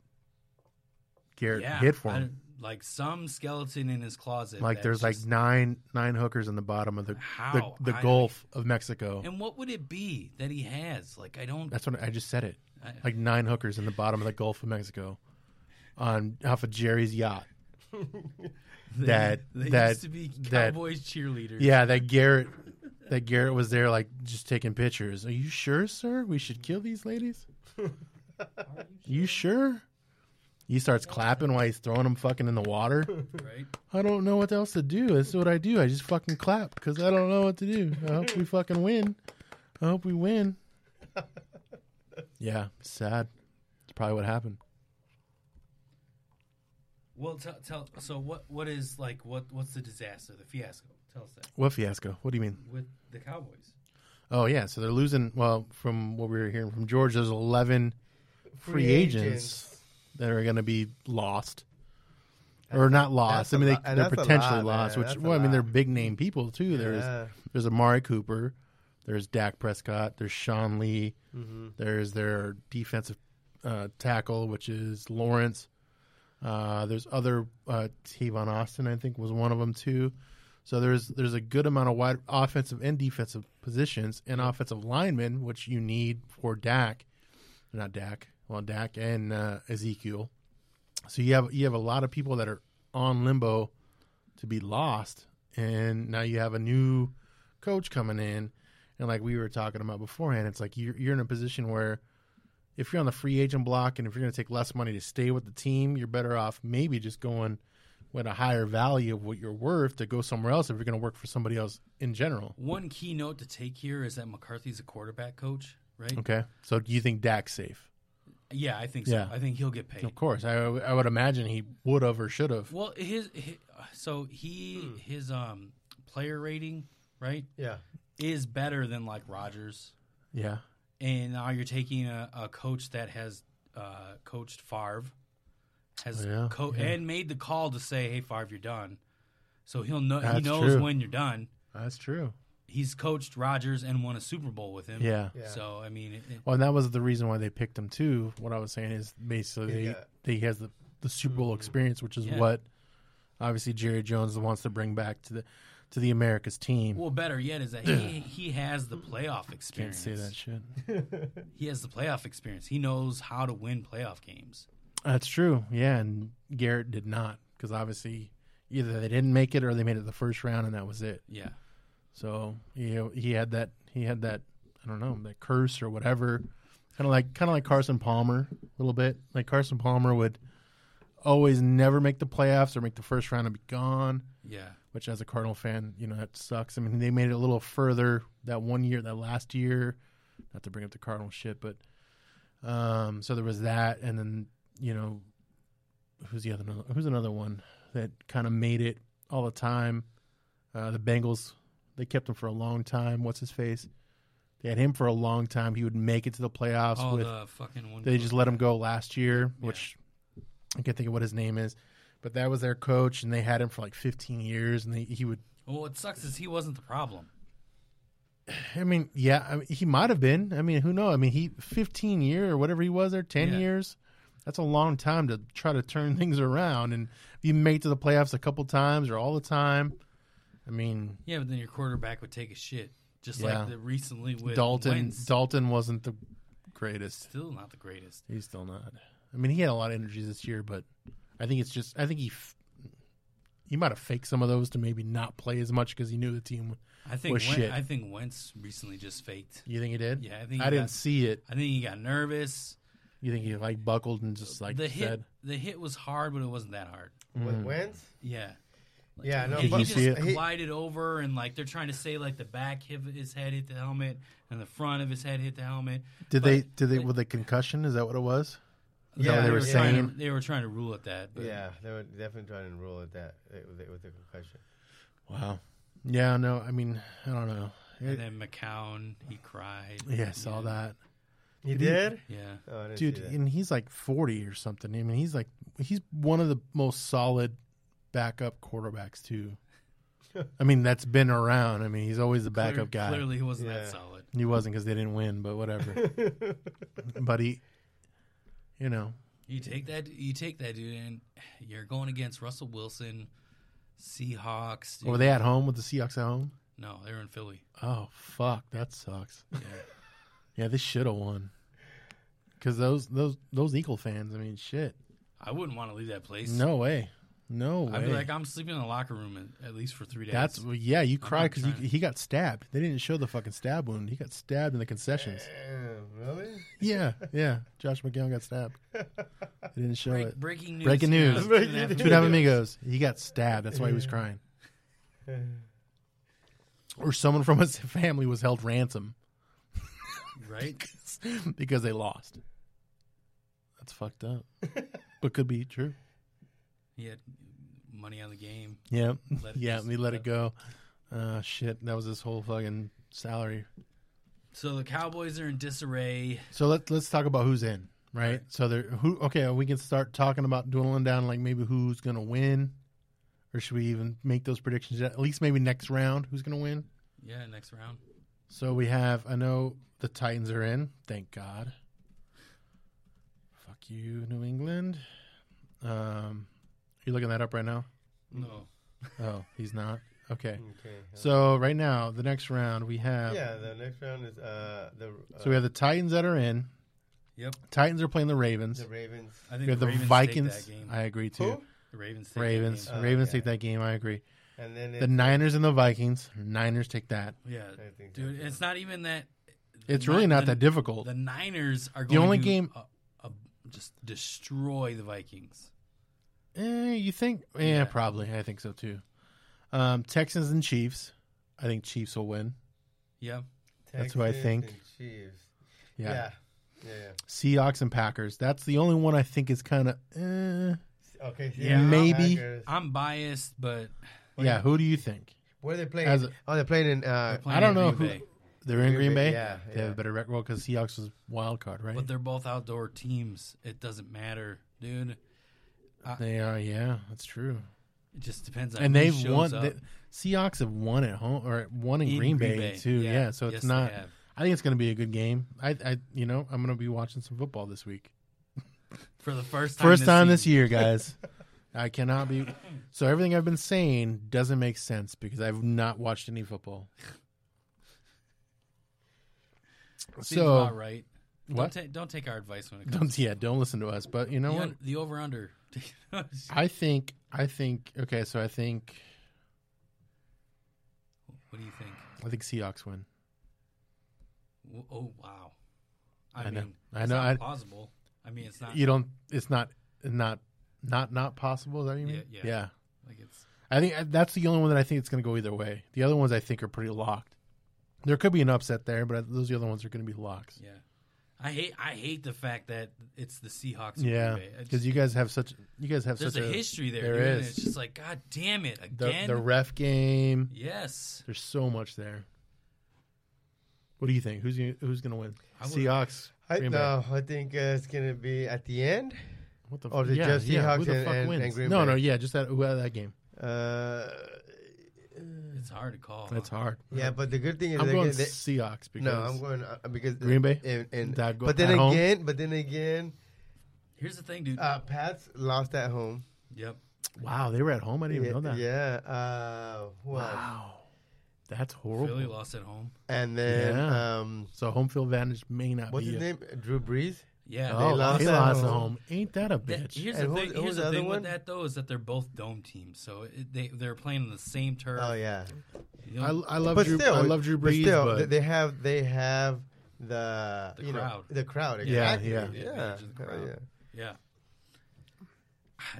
Garrett Yeah, hit for I- him. like some skeleton in his closet. Like that's there's like just- nine nine hookers in the bottom of the the, How? the I- Gulf of Mexico. And what would it be that he has? Like I don't. That's what I just said it. I- Like nine hookers in the bottom of the Gulf of Mexico, on off of Jerry's yacht. They- that- they that- used to be that- Cowboys cheerleaders. Yeah, that Garrett, that Garrett was there, like just taking pictures. Are you sure, sir? We should kill these ladies. you sure? He starts clapping while he's throwing them fucking in the water. right. I don't know what else to do. This is what I do. I just fucking clap because I don't know what to do. I hope we fucking win. I hope we win. Yeah, sad. It's probably what happened. Well, tell, tell. So what? What is like? What? What's the disaster? The fiasco? Tell us that What fiasco? What do you mean? with the Cowboys. Oh yeah, so they're losing. Well, from what we were hearing from George, there's 11 free, agents, that are going to be lost, or not lost. that's I a mean, lot- they, and they're that's a potentially lot, lost. man. Which, That's a well, I mean, lot. they're big name people too. Yeah. There's there's Amari Cooper, there's Dak Prescott, there's Sean Lee, there's their defensive uh, tackle, which is Lawrence. Uh, there's other uh, Tavon Austin, I think, was one of them too. So there's there's a good amount of wide offensive and defensive positions and offensive linemen, which you need for Dak, not Dak, well Dak and uh, Ezekiel. So you have you have a lot of people that are on limbo to be lost, and now you have a new coach coming in, and like we were talking about beforehand, it's like you're you're in a position where if you're on the free agent block and if you're going to take less money to stay with the team, you're better off maybe just going with a higher value of what you're worth to go somewhere else if you're going to work for somebody else in general. One key note to take here is that McCarthy's a quarterback coach, right? Okay, so do you think Dak's safe? Yeah, I think so. Yeah. I think he'll get paid. Of course, I I would imagine he would have or should have. Well, his, hi so he his um player rating right Yeah. is better than like Rogers, Yeah, and now you're taking a, a coach that has uh, coached Favre, has Oh, Yeah, co- yeah. and made the call to say, "Hey, Favre, you're done." So he'll know he That's knows true. when you're done. that's true. He's coached Rogers and won a Super Bowl with him. Yeah. Yeah. So I mean, it, it- Well, and that was the reason why they picked him too. What I was saying is basically they, Yeah. they has the, the Super Bowl experience, which is Yeah. what obviously Jerry Jones wants to bring back to the to the America's team. well, better yet is that he he has the playoff Can't experience. say that shit. He has the playoff experience. He knows how to win playoff games. That's true. Yeah, and Garrett did not because obviously either they didn't make it or they made it the first round and that was it. Yeah. So he he had that he had that I don't know that curse or whatever, kind of like kind of like Carson Palmer a little bit. Like Carson Palmer would always never make the playoffs or make the first round and be gone. Yeah. Which as a Cardinal fan, you know that sucks. I mean they made it a little further that one year, that last year. Not to bring up the Cardinal shit, but um, so there was that, and then you know who's the other who's another one that kind of made it all the time. Uh, the Bengals they kept him for a long time. What's his face? They had him for a long time. He would make it to the playoffs. Oh, with, the fucking one. they just let him go last year, Yeah. which I can't think of what his name is. But that was their coach, and they had him for like 15 years, and they, he would. Well, what sucks is he wasn't the problem. I mean, yeah, I mean, he might have been. I mean, who knows? I mean, he 15 year or whatever he was there, 10 Yeah. years. That's a long time to try to turn things around. And if you make it to the playoffs a couple times or all the time, I mean, Yeah, but then your quarterback would take a shit, just Yeah. like the recently with Dalton Wentz. Dalton wasn't the greatest. Still not the greatest. He's still not. I mean, he had a lot of energy this year, but I think it's just. I think he. F- He might have faked some of those to maybe not play as much because he knew the team. I think was Wen- shit. I think Wentz recently just faked. You think he did? Yeah, I think I he didn't got- see it. I think he got nervous. You think he like buckled and just like the hit said, the hit was hard, but it wasn't that hard. Mm-hmm. With Wentz? Yeah. Yeah, no, he but- just see it? he- glided over and like they're trying to say like the back of his head hit the helmet and the front of his head hit the helmet. "Did But they? Did they with the concussion? Is that what it was?" Yeah, what they were trying to- saying? they were trying to rule at that. But Yeah, they were definitely trying to rule at that uh, with the, with the concussion. Wow. Yeah. No. I mean, I don't know. And It, then McCown, he cried. yeah, I saw that, You did? Yeah. Oh, I didn't dude. see that. And he's like forty or something. I mean, he's like he's one of the most solid backup quarterbacks too. I mean, that's been around. I mean, he's always the backup Clear- guy. Clearly, he wasn't Yeah. that solid. He wasn't because they didn't win, but whatever. but he, you know, You take that. You take that dude, and you're going against Russell Wilson, Seahawks. dude. were they at home with the Seahawks at home? No, they were in Philly. Oh fuck, that sucks. Yeah, they should have won. Because those those those Eagle fans, I mean, shit. I wouldn't want to leave that place. No way, no way. I'd be like, I'm sleeping in the locker room in- at least for three days. That's yeah. You cry because trying. he got stabbed. They didn't show the fucking stab wound. He got stabbed in the concessions. Damn, really? yeah, yeah. Josh McGowan got stabbed. They didn't show Break- it. breaking news. Breaking Two and a news. half- Breaking two and a half news. Two and a half amigos. He got stabbed. That's why he was crying. Or someone from his family was held ransom minutes, Right? because they lost. That's fucked up, but could be true. He had money on the game. Yeah, Let it yeah. just- We let it go. Uh, shit, that was his whole fucking salary. So the Cowboys are in disarray. So let's let's talk about who's in, right? So there, who? Okay, we can start talking about dwindling down, like maybe who's gonna win, or should we even make those predictions? At least maybe next round, who's gonna win? Yeah, next round. So we have. I know the Titans are in. Thank God. Fuck you, New England. Um, you looking that up right now? Mm. No. Oh, he's not. Okay. Okay. So right now, the next round we have. Yeah, the next round is uh the uh, So we have the Titans that are in. Yep. Titans are playing the Ravens. the Ravens. I think we have the Ravens take Vikings. that game. I agree too. Who? The Ravens. Take Ravens. That game. Ravens Oh, take that game. I agree. And then The it, Niners and the Vikings. Niners take that. game. I Yeah, think dude, it's not even that. It's the really Ni- not the- that difficult. The Niners are going only to game- uh, uh, just destroy the Vikings. Eh, you think? Yeah, probably. I think so too. Um, Texans and Chiefs. I think Chiefs will win. Yeah, that's who I Texans think. and Chiefs. Yeah. Yeah. yeah. Yeah. Seahawks and Packers. That's the only one I think is kind of. Eh. Okay. so Yeah. Maybe. Packers. I'm biased, but Yeah. Who do you think? Where are they playing? As a- oh, they're playing in. Uh, they're playing I don't in know Green who- Bay. They're in Green Green Bay. Bay, yeah, They have yeah. a better record because Seahawks was wild card, right? But they're both outdoor teams. It doesn't matter, dude. They are, yeah, that's true. It just depends on And who they've won. shows up. The, Seahawks have won at home or won in, In Green, Bay, Green Bay, too. Yeah, yeah. so it's Yes, they not. have. I think it's going to be a good game. I, I, you know, I'm going to be watching some football this week. for the first time First time this season. year, guys. I cannot be. So everything I've been saying doesn't make sense because I've not watched any football. Seems so about right. what? Don't, ta- don't take our advice when it comes. Don't yeah, don't listen to us. But you know the, what? un- the over under. what I think I think okay. So I think do you think? I think Seahawks win. W- Oh wow! I, I mean, know. I it's know. not I- plausible. I mean, it's not you don't it's not not not not possible is that what you mean Yeah, yeah. like it's i think that's the only one that i think it's going to go either way the other ones i think are pretty locked there could be an upset there but those other ones are going to be locks yeah. I hate I hate the fact that it's the Seahawks. in yeah Green Bay. I just- because you guys have such you guys have there's such a, history there. there dude, and is. It's just like God damn it the, again. the ref game yes, there's so much there what do you think who's gonna, who's going to win would- seahawks I, Green Bay. no, I think uh, it's gonna be at the end. what the Or fuck? is it just who oh, Seahawks the and- fuck and- and wins? Green no, Bay? no, yeah, just that, who had that game. Uh, it's hard to call. That's huh? hard. yeah, but the good thing is I'm they- going they- Seahawks because no, I'm going uh, because Green Bay? and, and That go- but then at home? again, but then again, Here's the thing, dude. uh, Pats lost at home. yep. wow, they were at home. I didn't yeah, even know that. yeah. Uh, what? Wow, that's horrible. Philly lost at home. And then Yeah. um, So home field advantage may not what's be his a- name? Drew Brees. Yeah. Oh, they lost, lost at at home. home. Ain't that a bitch? That- here's And the who- thing. who Here's was the, the other thing one? with that though is that they're both dome teams, so it, they they're playing on the same turf. Oh yeah. You know, I, I love but Drew. still, I love Drew but Brees, still, but th- they have they have the, The you know, crowd. the crowd. Yeah, Exactly. yeah. yeah, Yeah, yeah, manage the crowd. yeah.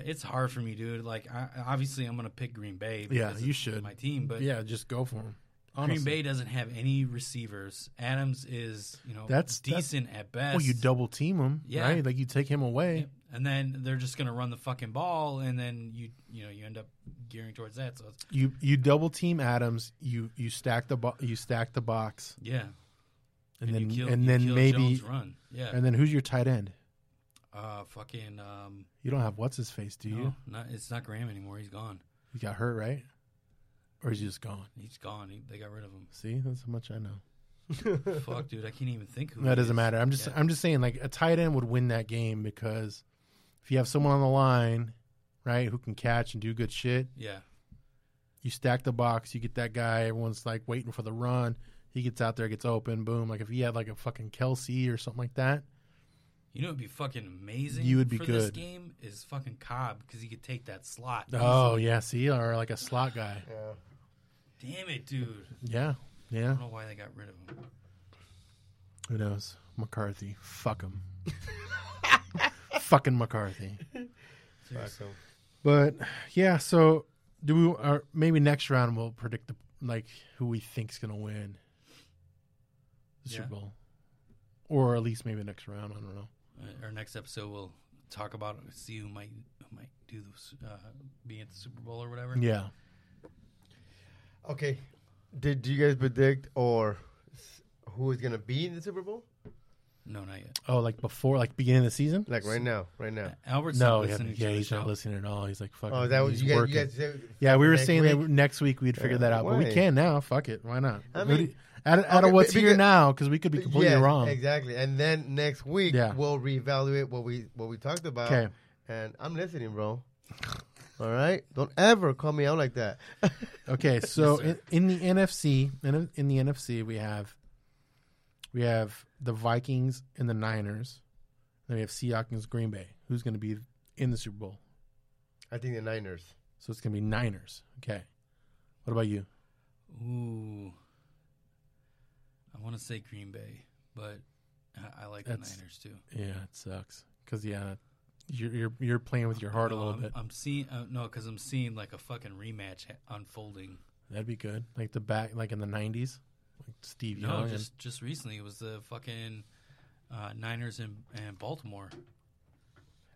It's hard for me, dude. Like, I, obviously, I'm gonna pick Green Bay. Yeah, because you it's should. My team, but yeah, just go for him. Honestly. Green Bay doesn't have any receivers. Adams is, you know, That's- that's- decent at best. Well, you double team him, Yeah. right? Like you take him away. and then they're just gonna run the fucking ball, and then you you know you end up gearing towards that. So it's, You you double team Adams. You you stack the bo- you stack the box, yeah, and, you then kill- and you then kill maybe Jones run. Yeah, and then who's your tight end? uh, fucking um, You don't have what's his face, do you? no, not, it's not Graham anymore. He's gone. He got hurt, right? Or is he just gone? He's gone. He, they got rid of him. See, that's how much I know. Fuck, dude, I can't even think who. That it doesn't is. matter. I'm just Yeah. I'm just saying like a tight end would win that game because if you have someone on the line, right, who can catch and do good shit, Yeah, you stack the box, you get that guy, everyone's like waiting for the run. He gets out there, gets open, boom. Like if he had like a fucking Kelsey or something like that, you know it'd be fucking amazing. You would be for This good. game is fucking Cobb because he could take that slot. Oh yeah, see, or like a slot guy. damn it, dude! Yeah, yeah. I don't know why they got rid of him. Who knows? McCarthy, fuck him. Fucking McCarthy. Fuck 'em. But yeah, so do we? Or maybe next round we'll predict the like who we think's gonna win the Super Yeah. Bowl, or at least maybe next round. I don't know. Uh, Our next episode, we'll talk about see who might who might do the uh, be at the Super Bowl or whatever. Yeah, Okay. Did you guys predict or s- who is gonna be in the Super Bowl? No, not yet. Uh, Oh, like before, like beginning of the season? Like right now, right now. Albert's No, not yeah, listening yeah, to the he's show. not listening at all. He's like, fucking. Oh, is that was uh, he's you guys, working. you guys said Yeah, we were next saying week? that next week we'd figure Yeah, that out, but why? we can now. Fuck it, why not? I I mean- mean, out, of- out Okay, of what's be- here because- now, because we could be completely Yes, wrong. Exactly. And then next week Yeah. we'll reevaluate what we what we talked about. 'Kay. And I'm listening, bro. All right. Don't ever call me out like that. Okay, so sir. in, in the NFC, in, in the NFC, we have we have the Vikings and the Niners. Then we have Seahawks and Green Bay. Who's going to be in the Super Bowl? I think the Niners. So it's going to be Niners. Okay. What about you? Ooh, I want to say Green Bay, but I, I like That's- the Niners too. Yeah, it sucks because yeah, you're, you're you're playing with your heart a No, little I'm, bit. I'm seeing uh, no, because I'm seeing like a fucking rematch ha- unfolding. That'd be good. Like the back, like in the '90s, like Steve No, Young. and- just just recently it was the fucking uh, Niners and, and Baltimore.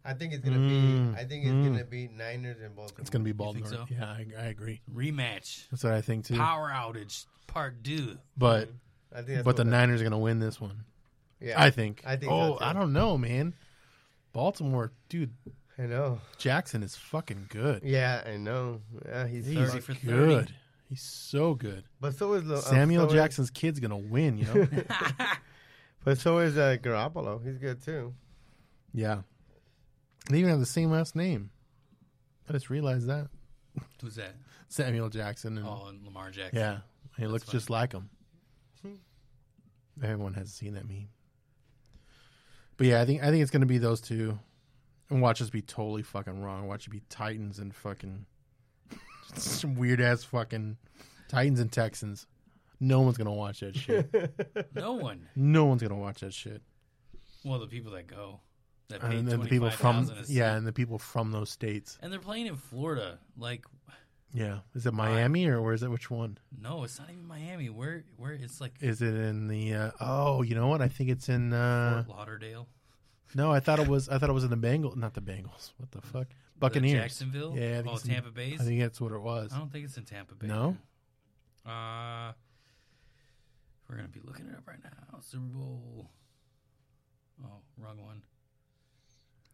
I think it's gonna Mm. be I think it's Mm. gonna be Niners and Baltimore. it's going to be You think Baltimore. so? Yeah, I, I agree. Rematch, That's what I think too. power outage, part two. But I think that's but the what- Niners are going to win this one. yeah, I think. I think Oh, so, too. I don't know, man. Baltimore, dude. I know. Jackson is fucking good. Yeah, I know. Yeah, he's, He's sorry. for 30. good. He's so good. but so is Lo- uh, Samuel so is- Jackson's kid's gonna win. You know. But so is uh, Garoppolo. He's good too. yeah. They even have the same last name. I just realized that Who's that? Samuel Jackson and Oh, and Lamar Jackson. Mm. yeah, he looks funny. just like him. Everyone has seen that meme. But yeah, I think I think it's gonna be those two, and watch us be totally fucking wrong. Watch it be Titans and fucking some weird ass fucking Titans and Texans. No one's gonna watch that shit. No one. no one's gonna watch that shit. Well, the people that go, that pay And then the people from 25,000 a seat. yeah, and the people from those states. and they're playing in Florida. Like, Yeah, is it Miami or where is it? Which one no, it's not even Miami. Where, where it's like is it in the? Uh, oh, you know what? I think it's in. Uh, Fort Lauderdale, No, I thought it was. I thought it was in the Bengals, not the Bengals. What the fuck? Buccaneers. The Jacksonville, Yeah, I think oh it's in- Tampa Bay. I think that's what it was. I don't think it's in Tampa Bay. No? Uh, we're gonna be looking it up right now. Super Bowl. Oh, wrong one.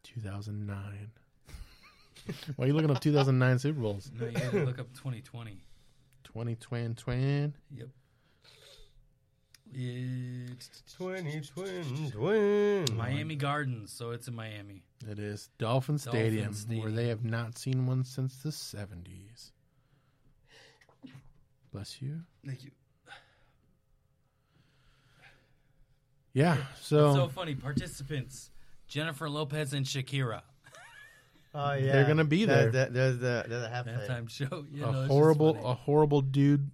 2009. Why are you looking up 2009 Super Bowls? No, you gotta look up 2020. 2020, 20. Yep. It's Twenty twin twin. Miami Gardens, so it's in Miami. It is Dolphin Stadium, where Stadium. they have not seen one since the 70s. Bless you. Thank you. Yeah, so, It's so funny. Participants, Jennifer Lopez and Shakira. Oh yeah, They're gonna be That's there. the- there's the there's a half Halftime show. You know, a it's just horrible, funny. a horrible dude.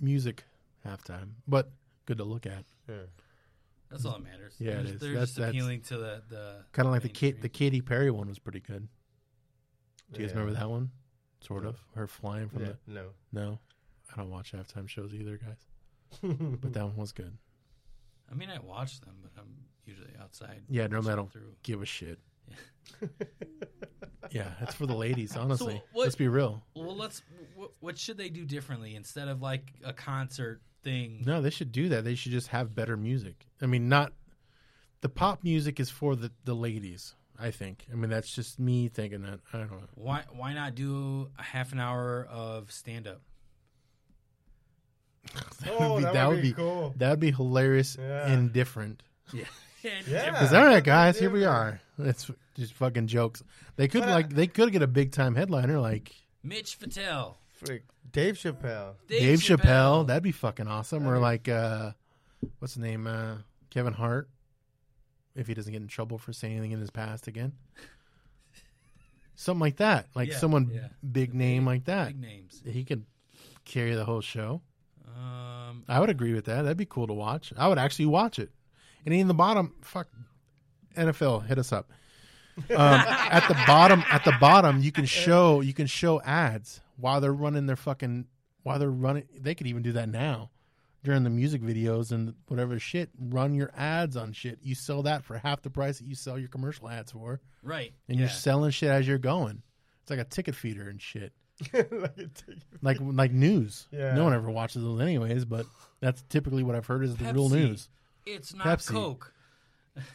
Music halftime, but good to look at. That's all that matters. Yeah, they're it just, is. They're That's- just that's- appealing to the, the Kind of like the mainstream. Kate, the Katy Perry one was pretty good. Do you guys Yeah. remember that one? Sort of her flying from Yeah, the. no. Oh, No, I don't watch halftime shows either, guys. but that one was good. I mean, I watch them, but I'm usually outside. Yeah, normally I don't through. give a shit. yeah, it's for the ladies, honestly. what- Let's be real. Well, let's. What, what should they do differently instead of like a concert thing? No, they should do that. They should just have better music. I mean, not the pop music is for the, the ladies, I think. I mean, that's just me thinking that. I don't know. Why Why not do a half an hour of stand up? Oh, that, would be, cool. That would be hilarious Yeah. and different. Yeah. Yeah. Because all right, guys, here we are. It's just fucking jokes. They could But I- like they could get a big time headliner like Mitch Fattel, Frick. Dave Chappelle. Dave, Dave Chappelle. Chappelle. That'd be fucking awesome. Or like, uh, what's his name? Uh, Kevin Hart. If he doesn't get in trouble for saying anything in his past again, something like that. Like Yeah, someone yeah. big name like that. Big names. He could carry the whole show. Um, I would agree with that. That'd be cool to watch. I would actually watch it. And in the bottom, fuck NFL, hit us up. Um, at the bottom, at the bottom, you can show you can show ads while they're running their fucking while they're running. They could even do that now during the music videos and whatever shit. Run your ads on shit. You sell that for half the price that you sell your commercial ads for, right. and yeah. you're selling shit as you're going. It's like a ticket feeder and shit Like a ticket. like like news. Yeah. No one ever watches those anyways, but that's typically what I've heard is the real Pepsi. news. It's not Pepsi. Coke.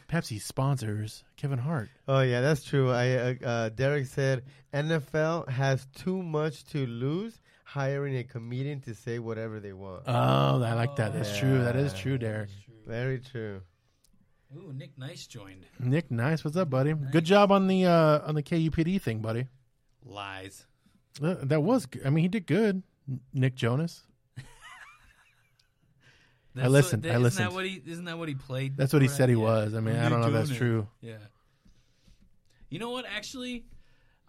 Pepsi sponsors Kevin Hart. oh yeah, that's true. I uh, uh, Derek said NFL has too much to lose hiring a comedian to say whatever they want. Oh, I like that. That's true. That is true, Derek. Very true. Oh, Ooh, Nick Nice joined. Nick, nice. What's up, buddy? Good job on the uh on the KUPD thing, buddy. Lies. Uh, That was. g- I mean, he did good. N- Nick Jonas. That's listened, What, I isn't listened. That what he, isn't that what he played? That's what he before said he that? Yeah. was. I mean, I Nick don't know if that's Jonas. true. Yeah. You know what? Actually,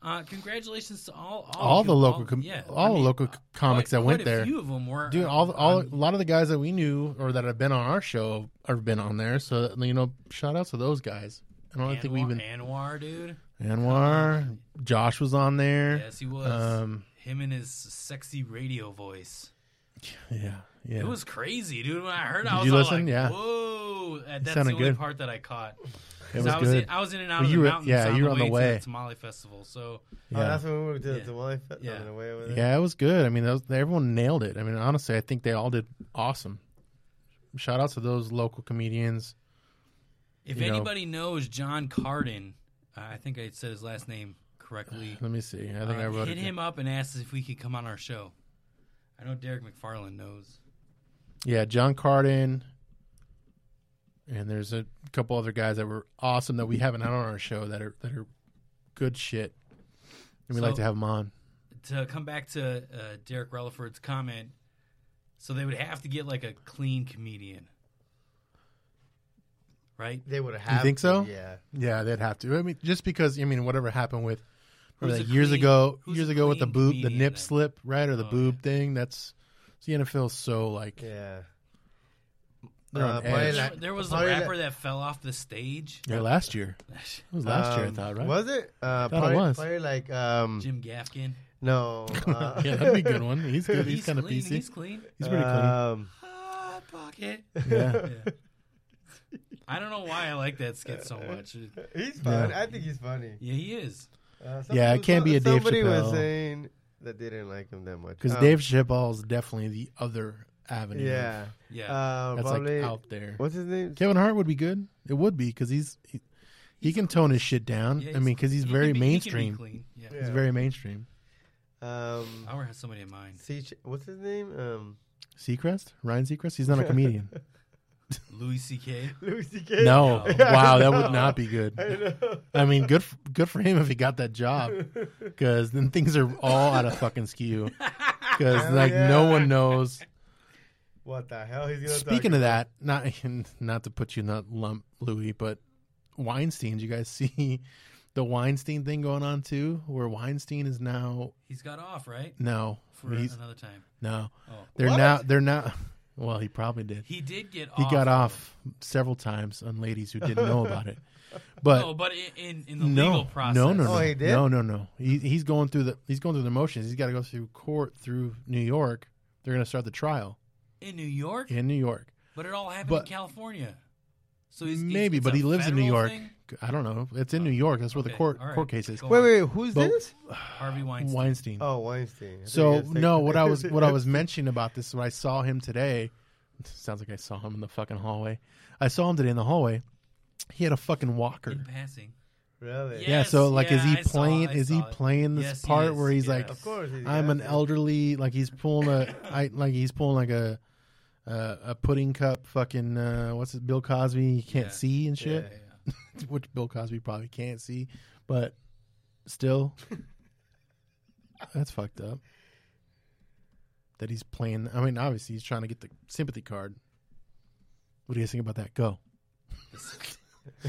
uh, congratulations to all all, All the you- local com- all the local c- comics that uh, quite went a there. Few of them were Dude, all all a on- lot of the guys that we knew or that have been on our show have been on there. So you know, shout out to those guys. I don't think we Anwar- even Anwar, dude. Anwar, Josh was on there. Yes, he was. Um, Him and his sexy radio voice. yeah, yeah. It was crazy, dude. When I heard, it, I Did was you all listen? like, Yeah. "Whoa!" And That's the sounded only good. part that I caught. It 'Cause was I was good. In, I was in and out Well, of you the were- mountains. yeah, on you were on the way, way. to the Tamale Festival. So Oh, Yeah. that's when we were to Yeah. the Tamale Fest Yeah. on the way over there. yeah, it was good. I mean, that was, everyone nailed it. I mean, honestly, I think they all did awesome. Shout out to those local comedians. If you know. anybody knows John Carden, uh, I think I said his last name correctly. Let me see. I think I uh, wrote it. hit down. him up and asked if we could come on our show. I know Derek McFarland knows. Yeah, John Carden. And there's a couple other guys that were awesome that we haven't had on our show that are that are good shit. And we So- like to have them on. To come back to uh, Derek Relaford's comment, so they would have to get like a clean comedian, right? They would have. think to, so? Yeah. Yeah, they'd have to. I mean, just because I mean, whatever happened with Who's like a years clean- ago, who's years a ago with the clean boob, the comedian nip then? slip, right, or the Oh, boob thing. That's the NFL's so like Yeah. they're on Uh, probably edge. like- There, there was a Probably rapper that fell off the stage. Yeah, last year. It was last Um, year, I thought, right? um, Was it? Uh, Thought it probably, was. probably like um, Jim Gaffigan. no. Uh, yeah, that'd be a good one. He's good. He's, kind of clean. PC. He's Uh, He's, clean. pretty Um, Hot pocket. clean. Yeah. I don't know why I like that skit so much. Yeah, he's funny. I think he's funny. he is. Uh, Yeah, it can't be a Dave somebody Chappelle. was saying that they didn't like him that much Because Um, Dave Chappelle's definitely the other avenue. Yeah. Yeah. Uh, That's probably, like out there. What's his name? Kevin Hart would be good. It would be because he's he, he can tone his shit down. Yeah, I mean, because he's he very can be- he can be mainstream. clean. Yeah. He's very mainstream. Um, Our has somebody in mind. C- what's his name? Um, Seacrest, Ryan Seacrest. He's not a comedian. Louis C.K. Louis C.K. No, No. wow, that would not be I good. know. I mean, good f- good for him if he got that job, because then things are all out of fucking skew. Because Hell like no yeah. one knows. What the hell? He's gonna Speaking talk of that, not not to put you in that lump, Louis, but Weinstein. Did you guys see the Weinstein thing going on too, where Weinstein is now He's got off, right? no, For he's another time. no, Oh. they're now they're now. Well, he probably did. He did get off. He got though. off several times on ladies who didn't know about it, but No, but i- in, in the legal no, process. no, no, no, Oh, he did? no, no, no. He, he's going through the he's going through the motions. He's got to go through court through New York. They're going to start the trial In New York? in New York. But it all happened But- in California. So he's, Maybe, it's but a he lives in New federal York. thing? Oh. I don't know. It's in New York. That's where the okay, court all right, court case is. go Wait, wait, who's But- this? Harvey Weinstein. Weinstein. Oh, Weinstein. I so thought no, you guys said- what I was what I was mentioning about this when I saw him today. Sounds like I saw him in the fucking hallway. I saw him today in the hallway. He had a fucking walker. In passing. really. Yeah, so Yes, like, is yeah, he I saw- playing? I is he saw it. playing this Yes, he part is, where he's yeah. like, Of course, he's I'm an got to. elderly, like he's pulling a, I, like he's pulling like a, uh, a pudding cup, fucking, uh, what's it, Bill Cosby? He can't Yeah. see and Yeah, shit, which Bill Cosby probably can't see, but still, that's fucked up. That he's playing. I mean, obviously, he's trying to get the sympathy card. What do you guys think about that? Go.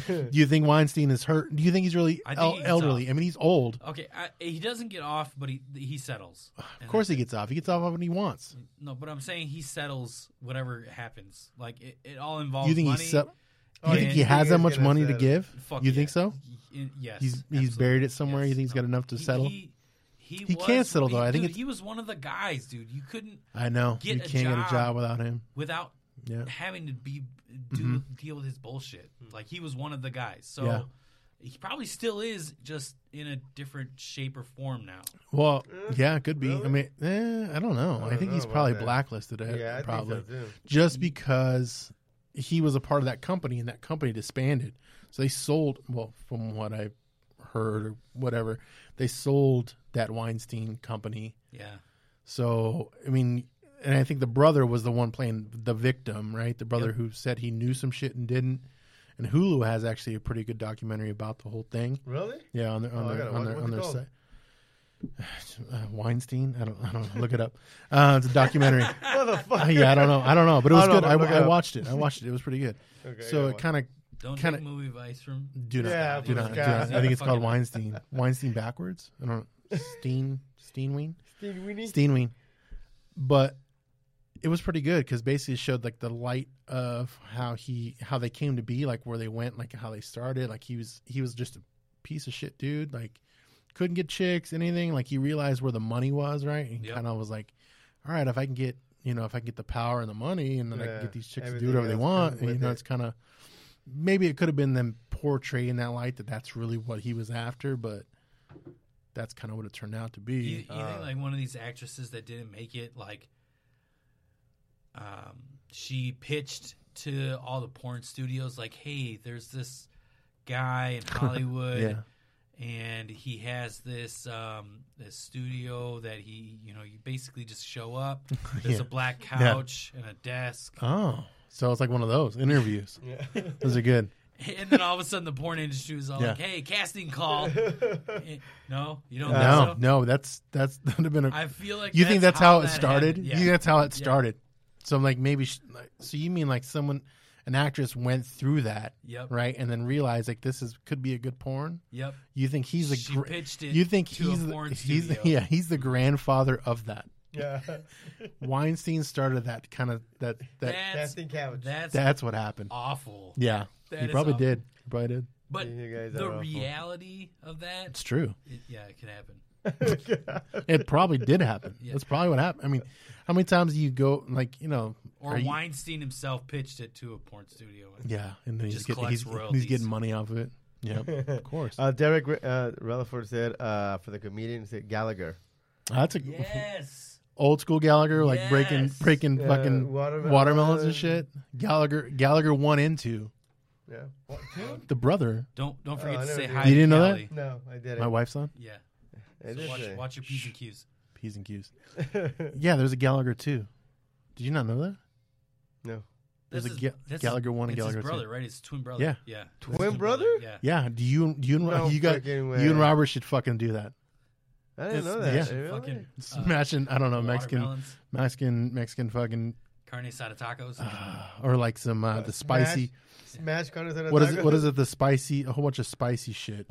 Do you think Weinstein is hurt? Do you think he's really I think el- he gets elderly? off. I mean, he's old. Okay, I, he doesn't get off, but he he settles. Of course, he gets off. He gets off when he wants. No, but I'm saying he settles whatever happens. Like it, it all involves you think money. he's? Sub- Oh, you think yeah. he He has is that much gonna money to settle. give? Fuck you yeah. think so? Y- yes. He's- he's buried it somewhere? You think he's got enough to He- settle? He, he, He was- can't settle, though. I think dude, it's- he was one of the guys, dude. You couldn't I know Get you a can't get job. a job without him. without Yeah, having to be do deal with his bullshit. Like he was one of the guys. So Mm-hmm. Yeah. he probably still is, just in a different shape or form now. well, yeah, it could be. I really? mean, eh, I don't know. I, don't think know he's about probably that. blacklisted. eh, Yeah, I probably think so too. just because he was a part of that company and that company disbanded. So they sold. Well, from what I heard or whatever, they sold that Weinstein company Yeah. So I mean, and I think the brother was the one playing the victim, right? The brother who said he knew some shit and didn't. And Hulu has actually a pretty good documentary about the whole thing. Really? Yeah, on their on Oh, I their gotta on watch- their, what's on it their called? site. Uh, Weinstein, I don't, I don't know. Look it up. Uh, it's a documentary. Uh, Motherfucker. yeah, I don't know, I don't know, but it was I don't good. know, I, but look it I up. watched it. I watched it. It was pretty good. Okay, I so gotta it watch kind of Don't Kinda- take movie advice from do not Yeah, do please, not, do guys. not. I think it's called Fucking- Weinstein. Weinstein backwards. I don't know. Steen Steenween. Steve Winnie? Steenween. But it was pretty good because basically it showed like the light of how he how they came to be, like where they went, like how they started. Like he was he was just a piece of shit dude. Like couldn't get chicks, anything. Like he realized where the money was, right? And Yep. kind of was like, all right, if I can get you know if I can get the power and the money, and then I can Yeah, get these chicks to do everything whatever they else want. comes And, you with know, it. it's kind of maybe it could have been them portraying that light that that's really what he was after, but. That's kind of what it turned out to You, be. Uh, you think like one of these actresses that didn't make it, like, um, she pitched to all the porn studios, like, "Hey, there's this guy in Hollywood, Yeah. and he has this um, this studio that he, you know, you basically just show up. There's Yeah. a black couch and a desk, Oh, so it's like one of those interviews. Yeah. Those are good. and then all of a sudden the porn industry is all Yeah. like, "Hey, casting call." Eh, no, you no, don't. Think Uh, so? no, that's that's that would have been a. I feel like you think that's how, it that started? happened. You think that's how it started? So I'm like maybe. She, like, so you mean like someone, an actress went through that, Yep. right, and then realized like this is could be a good porn. Yep. You think he's a She gr- pitched it you think to a he's the- porn he's studio. yeah he's the grandfather of that. yeah. Weinstein started that kind of that that That's Casting couch. that's that's what happened. awful. Yeah, That he is probably awful. did. He probably did. But You guys the are awful. reality of that, It's true. it, yeah, it can happen. It probably did happen. That's probably what happened. I mean, how many times do you go like you know? Or are you- Weinstein himself pitched it to a porn studio. yeah, and then he's just getting collects he's, he's royalties. getting money off of it. Yeah, of course. Uh, Derek uh, Rutherford said uh, for the comedian said Gallagher. That's a Yes. old school Gallagher, like breaking Yes. breaking Uh, fucking watermelon. watermelons and shit. Gallagher Gallagher one and two. Yeah. What, two? The brother, Don't don't I forget to never say did. hi. You to didn't Oh, know that? Kelly. No, I didn't. my wife's son, Yeah. I So did watch, say. watch your p's and q's. p's and q's. yeah, there's a Gallagher two. Did you not know that? No. There's This a is- Ga- this is- Gallagher one and it's Gallagher his brother, two. right? His twin brother. Yeah. Yeah. Twin brother? Yeah. Yeah, do you you and No you got fucking you way. and Robert should fucking do that. Uh, I didn't It's- know that. yeah. Really? Fucking, uh, Smashing, I don't know, Mexican watermelons. Mexican Mexican fucking Carne asada tacos. Ah, or like some uh, the spicy. Smash, smash carne asada What is tacos. it? What is it? The spicy, a whole bunch of spicy shit.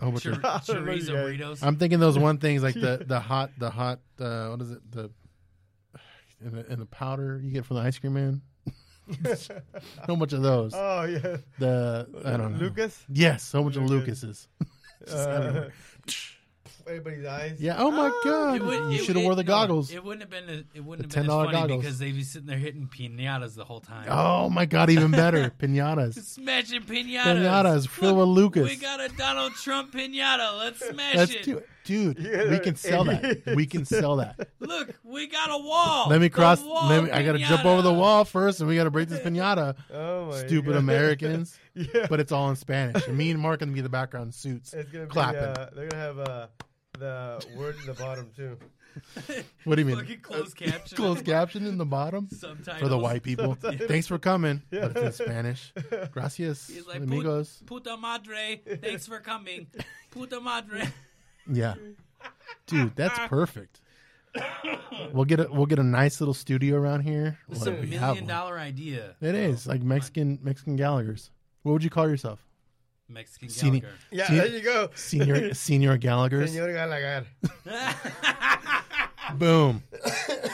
A whole bunch Chor- of, chorizo Yeah. burritos. I'm thinking those one things like the the hot the hot uh, what is it the and the, and the powder you get from the ice cream man. so much of those. Oh yeah, The I don't know. Lucas. Yes, so much of Lucas. Lucas's. Uh, everybody's eyes. Yeah. Oh my god, Ah, It would- you it- should have it- wore the no, goggles. It wouldn't have been. a- It wouldn't The have been as $10 funny goggles. because they'd be sitting there hitting pinatas the whole time. oh my god, even better pinatas. Smashing pinatas. Pinatas filled with Lucas. We got a Donald Trump pinata. Let's smash Let's it. do it, dude. Yeah, we can sell that. idiots. We can sell that. Look, we got a wall. Let me Oh, The cross. wall Let me, I gotta jump pinata. over the wall first, and we gotta break this pinata. Oh my Stupid God. Americans. yeah. But it's all in Spanish. And me and Mark are gonna be the background suits, It's gonna clapping. be. Uh, they're gonna have uh, the word in the bottom too. what do you mean? Fucking closed caption. Closed caption in the bottom Subtitles. for the white people. Thanks for coming. But it's in Spanish. Gracias, He's like, amigos. Put, puta madre. Thanks for coming. Puta madre. Yeah, dude, that's perfect. We'll get a we'll get a nice little studio around here. This is What a if we have million Oh one? dollar idea. It is like Mexican Mexican Gallagher's. What would you call yourself? Mexican Senior- Gallagher. Yeah, See- there you go. Senior Senior Gallagher's. Señor Gallagher. Boom.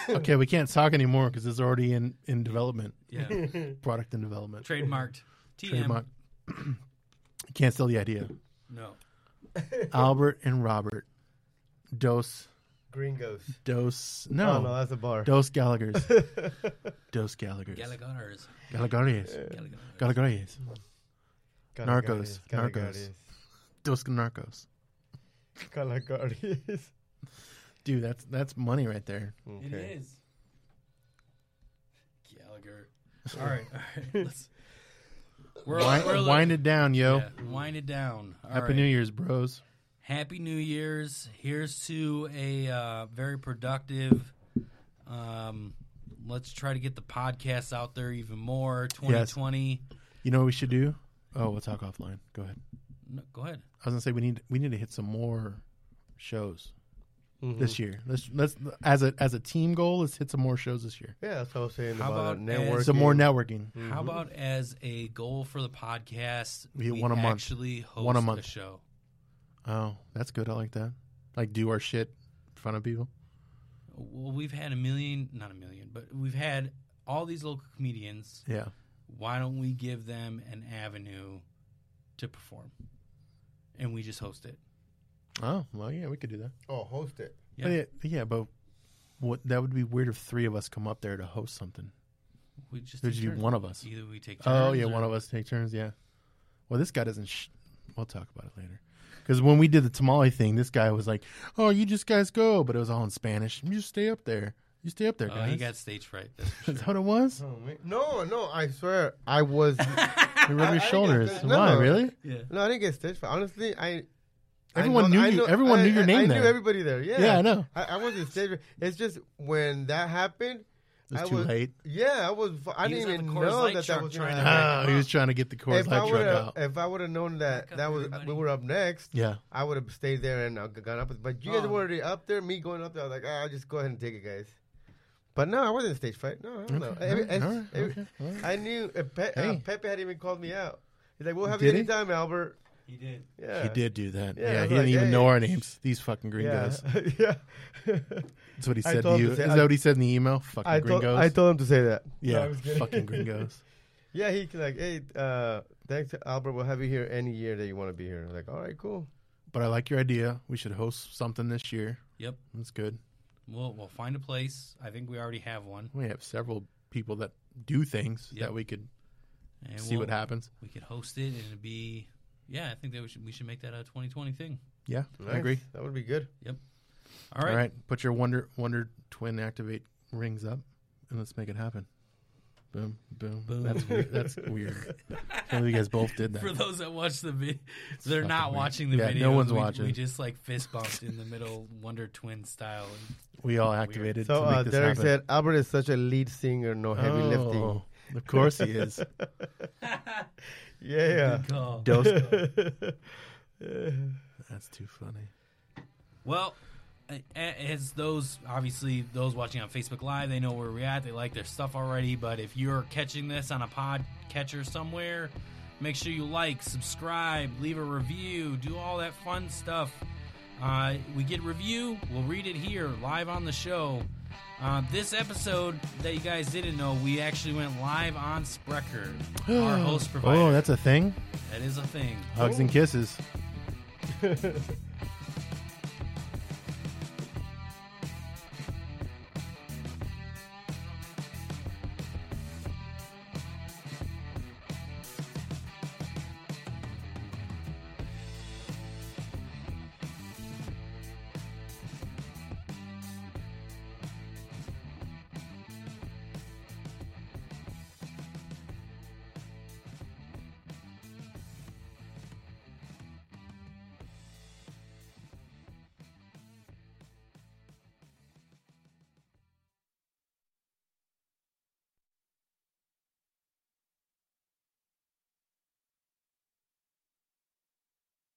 okay, we can't talk anymore because it's already in in development, Yeah. product in development. Trademarked. TM. Trademark. You can't sell the idea. No. Albert and Robert, Dos Gringos. Dos No. no, Oh no, that's a bar. Dos Gallagher's, Dos Gallagher's, Gallagher's. Gallagher's, Gallagher. Gallagher's, Gallagheris, Narcos, Narcos. Dos Narcos. Gallagheris, Gallagheris. Dude, that's that's money right there. It is. Gallagher. All right. All right. Let's, we're, Wind, we're wind it down, yo. yeah, wind it down. All Happy right. New Year's, bros. Happy New Year's. Here's to a uh, very productive. Um, let's try to get the podcast out there even more. 2020. You know what we should do? Oh, we'll talk offline. Go ahead. No, go ahead. I was gonna say we need we need to hit some more shows this year. Let's let's as a as a team goal, let's hit some more shows this year. Yeah, that's what I was saying How about, about network. as- Some more networking. How about as a goal for the podcast? Mm-hmm. We hit one a month. Actually, host One a month. show. Oh, that's good. I like that. Like do our shit in front of people. Well, we've had a million, not a million, but we've had all these local comedians. Yeah. Why don't we give them an avenue to perform? And we just host it. Oh well, yeah, we could do that. Oh, host it. Yeah. But yeah, but yeah, but what that would be weird if three of us come up there to host something. We just Could take you turns. one of us? Either we take turns. Oh yeah, or- one of us take turns. Yeah. Well, this guy doesn't. Sh- we'll talk about it later. Because when we did the tamale thing, this guy was like, "Oh, you just guys go," but it was all in Spanish. You just stay up there. You stay up there, Oh, guys. he got stage fright. That's for Is that what it was? Oh, man. No, no, I swear, I was. You rub your I- I shoulders. guess- Why? no. Really? sure. Yeah. no, I didn't get stitched. Honestly, I. I Everyone know- knew I you. know- everyone I- knew your I- name I there. knew everybody there. Yeah, Yeah, I know. I, I wasn't stitched. It's just when that happened. it was I too was- late. Yeah, I was. I He was didn't at the even Coors know Light that truck that was trying to trying to Oh, Wow. he was trying to get the Coors if I Light would truck have, out. if I would have known that Back up, that was everybody. we were up next, Yeah. I would have stayed there and uh, g- gone up. But you guys Oh. were already up there. Me going up there, I was like, ah, I'll just go ahead and take it, guys. But no, I wasn't stage fright. No, I don't know. alright, Every- it's- alright, every- okay, alright. I knew uh, Pe- uh, Hey. Pepe had even called me out. He's like, "We'll have Did you he? anytime, Albert." He did. Yeah, He did do that. Yeah, Yeah, I was he didn't like, even hey. know our names. These fucking Yeah, gringos. yeah. That's what he I said to told him you. to Is say- that I- what he said in the email? Fucking I told, gringos. I told him to say that. No, I yeah, was kidding. fucking gringos. Yeah, he like, hey, uh, thanks, Albert. We'll have you here any year that you want to be here. I was like, all right, cool. But I like your idea. We should host something this year. Yep. That's good. We'll we'll find a place. I think we already have one. We have several people that do things Yep. that we could And see we'll- what happens. We could host it and it'd be yeah, I think that we should we should make that a twenty twenty thing. Yeah, Nice. I agree. That would be good. All All right. right. put your Wonder Wonder Twin activate rings up, and let's make it happen. Boom, boom. Boom. That's weird. That's weird. I think you guys both did For that. those that watch the video, they're fucking not weird. watching the Yeah, no video. one's we, watching. We just like fist bumped in the middle, Wonder Twin style. And We all activated So to make uh, this Derek happen. said Albert is such a lead singer, no heavy lifting. Oh, Of course he is. Yeah, Good call. Dos. yeah. That's too funny. Well, as those obviously those watching on Facebook Live, they know where we're at. They like their stuff already. But if you're catching this on a pod catcher somewhere, make sure you like, subscribe, leave a review, do all that fun stuff. Uh, we get a review, we'll read it here live on the show. Uh, this episode that you guys didn't know, we actually went live on Sprecher, our host provider. Oh, that's a thing. that is a thing. Hugs and kisses.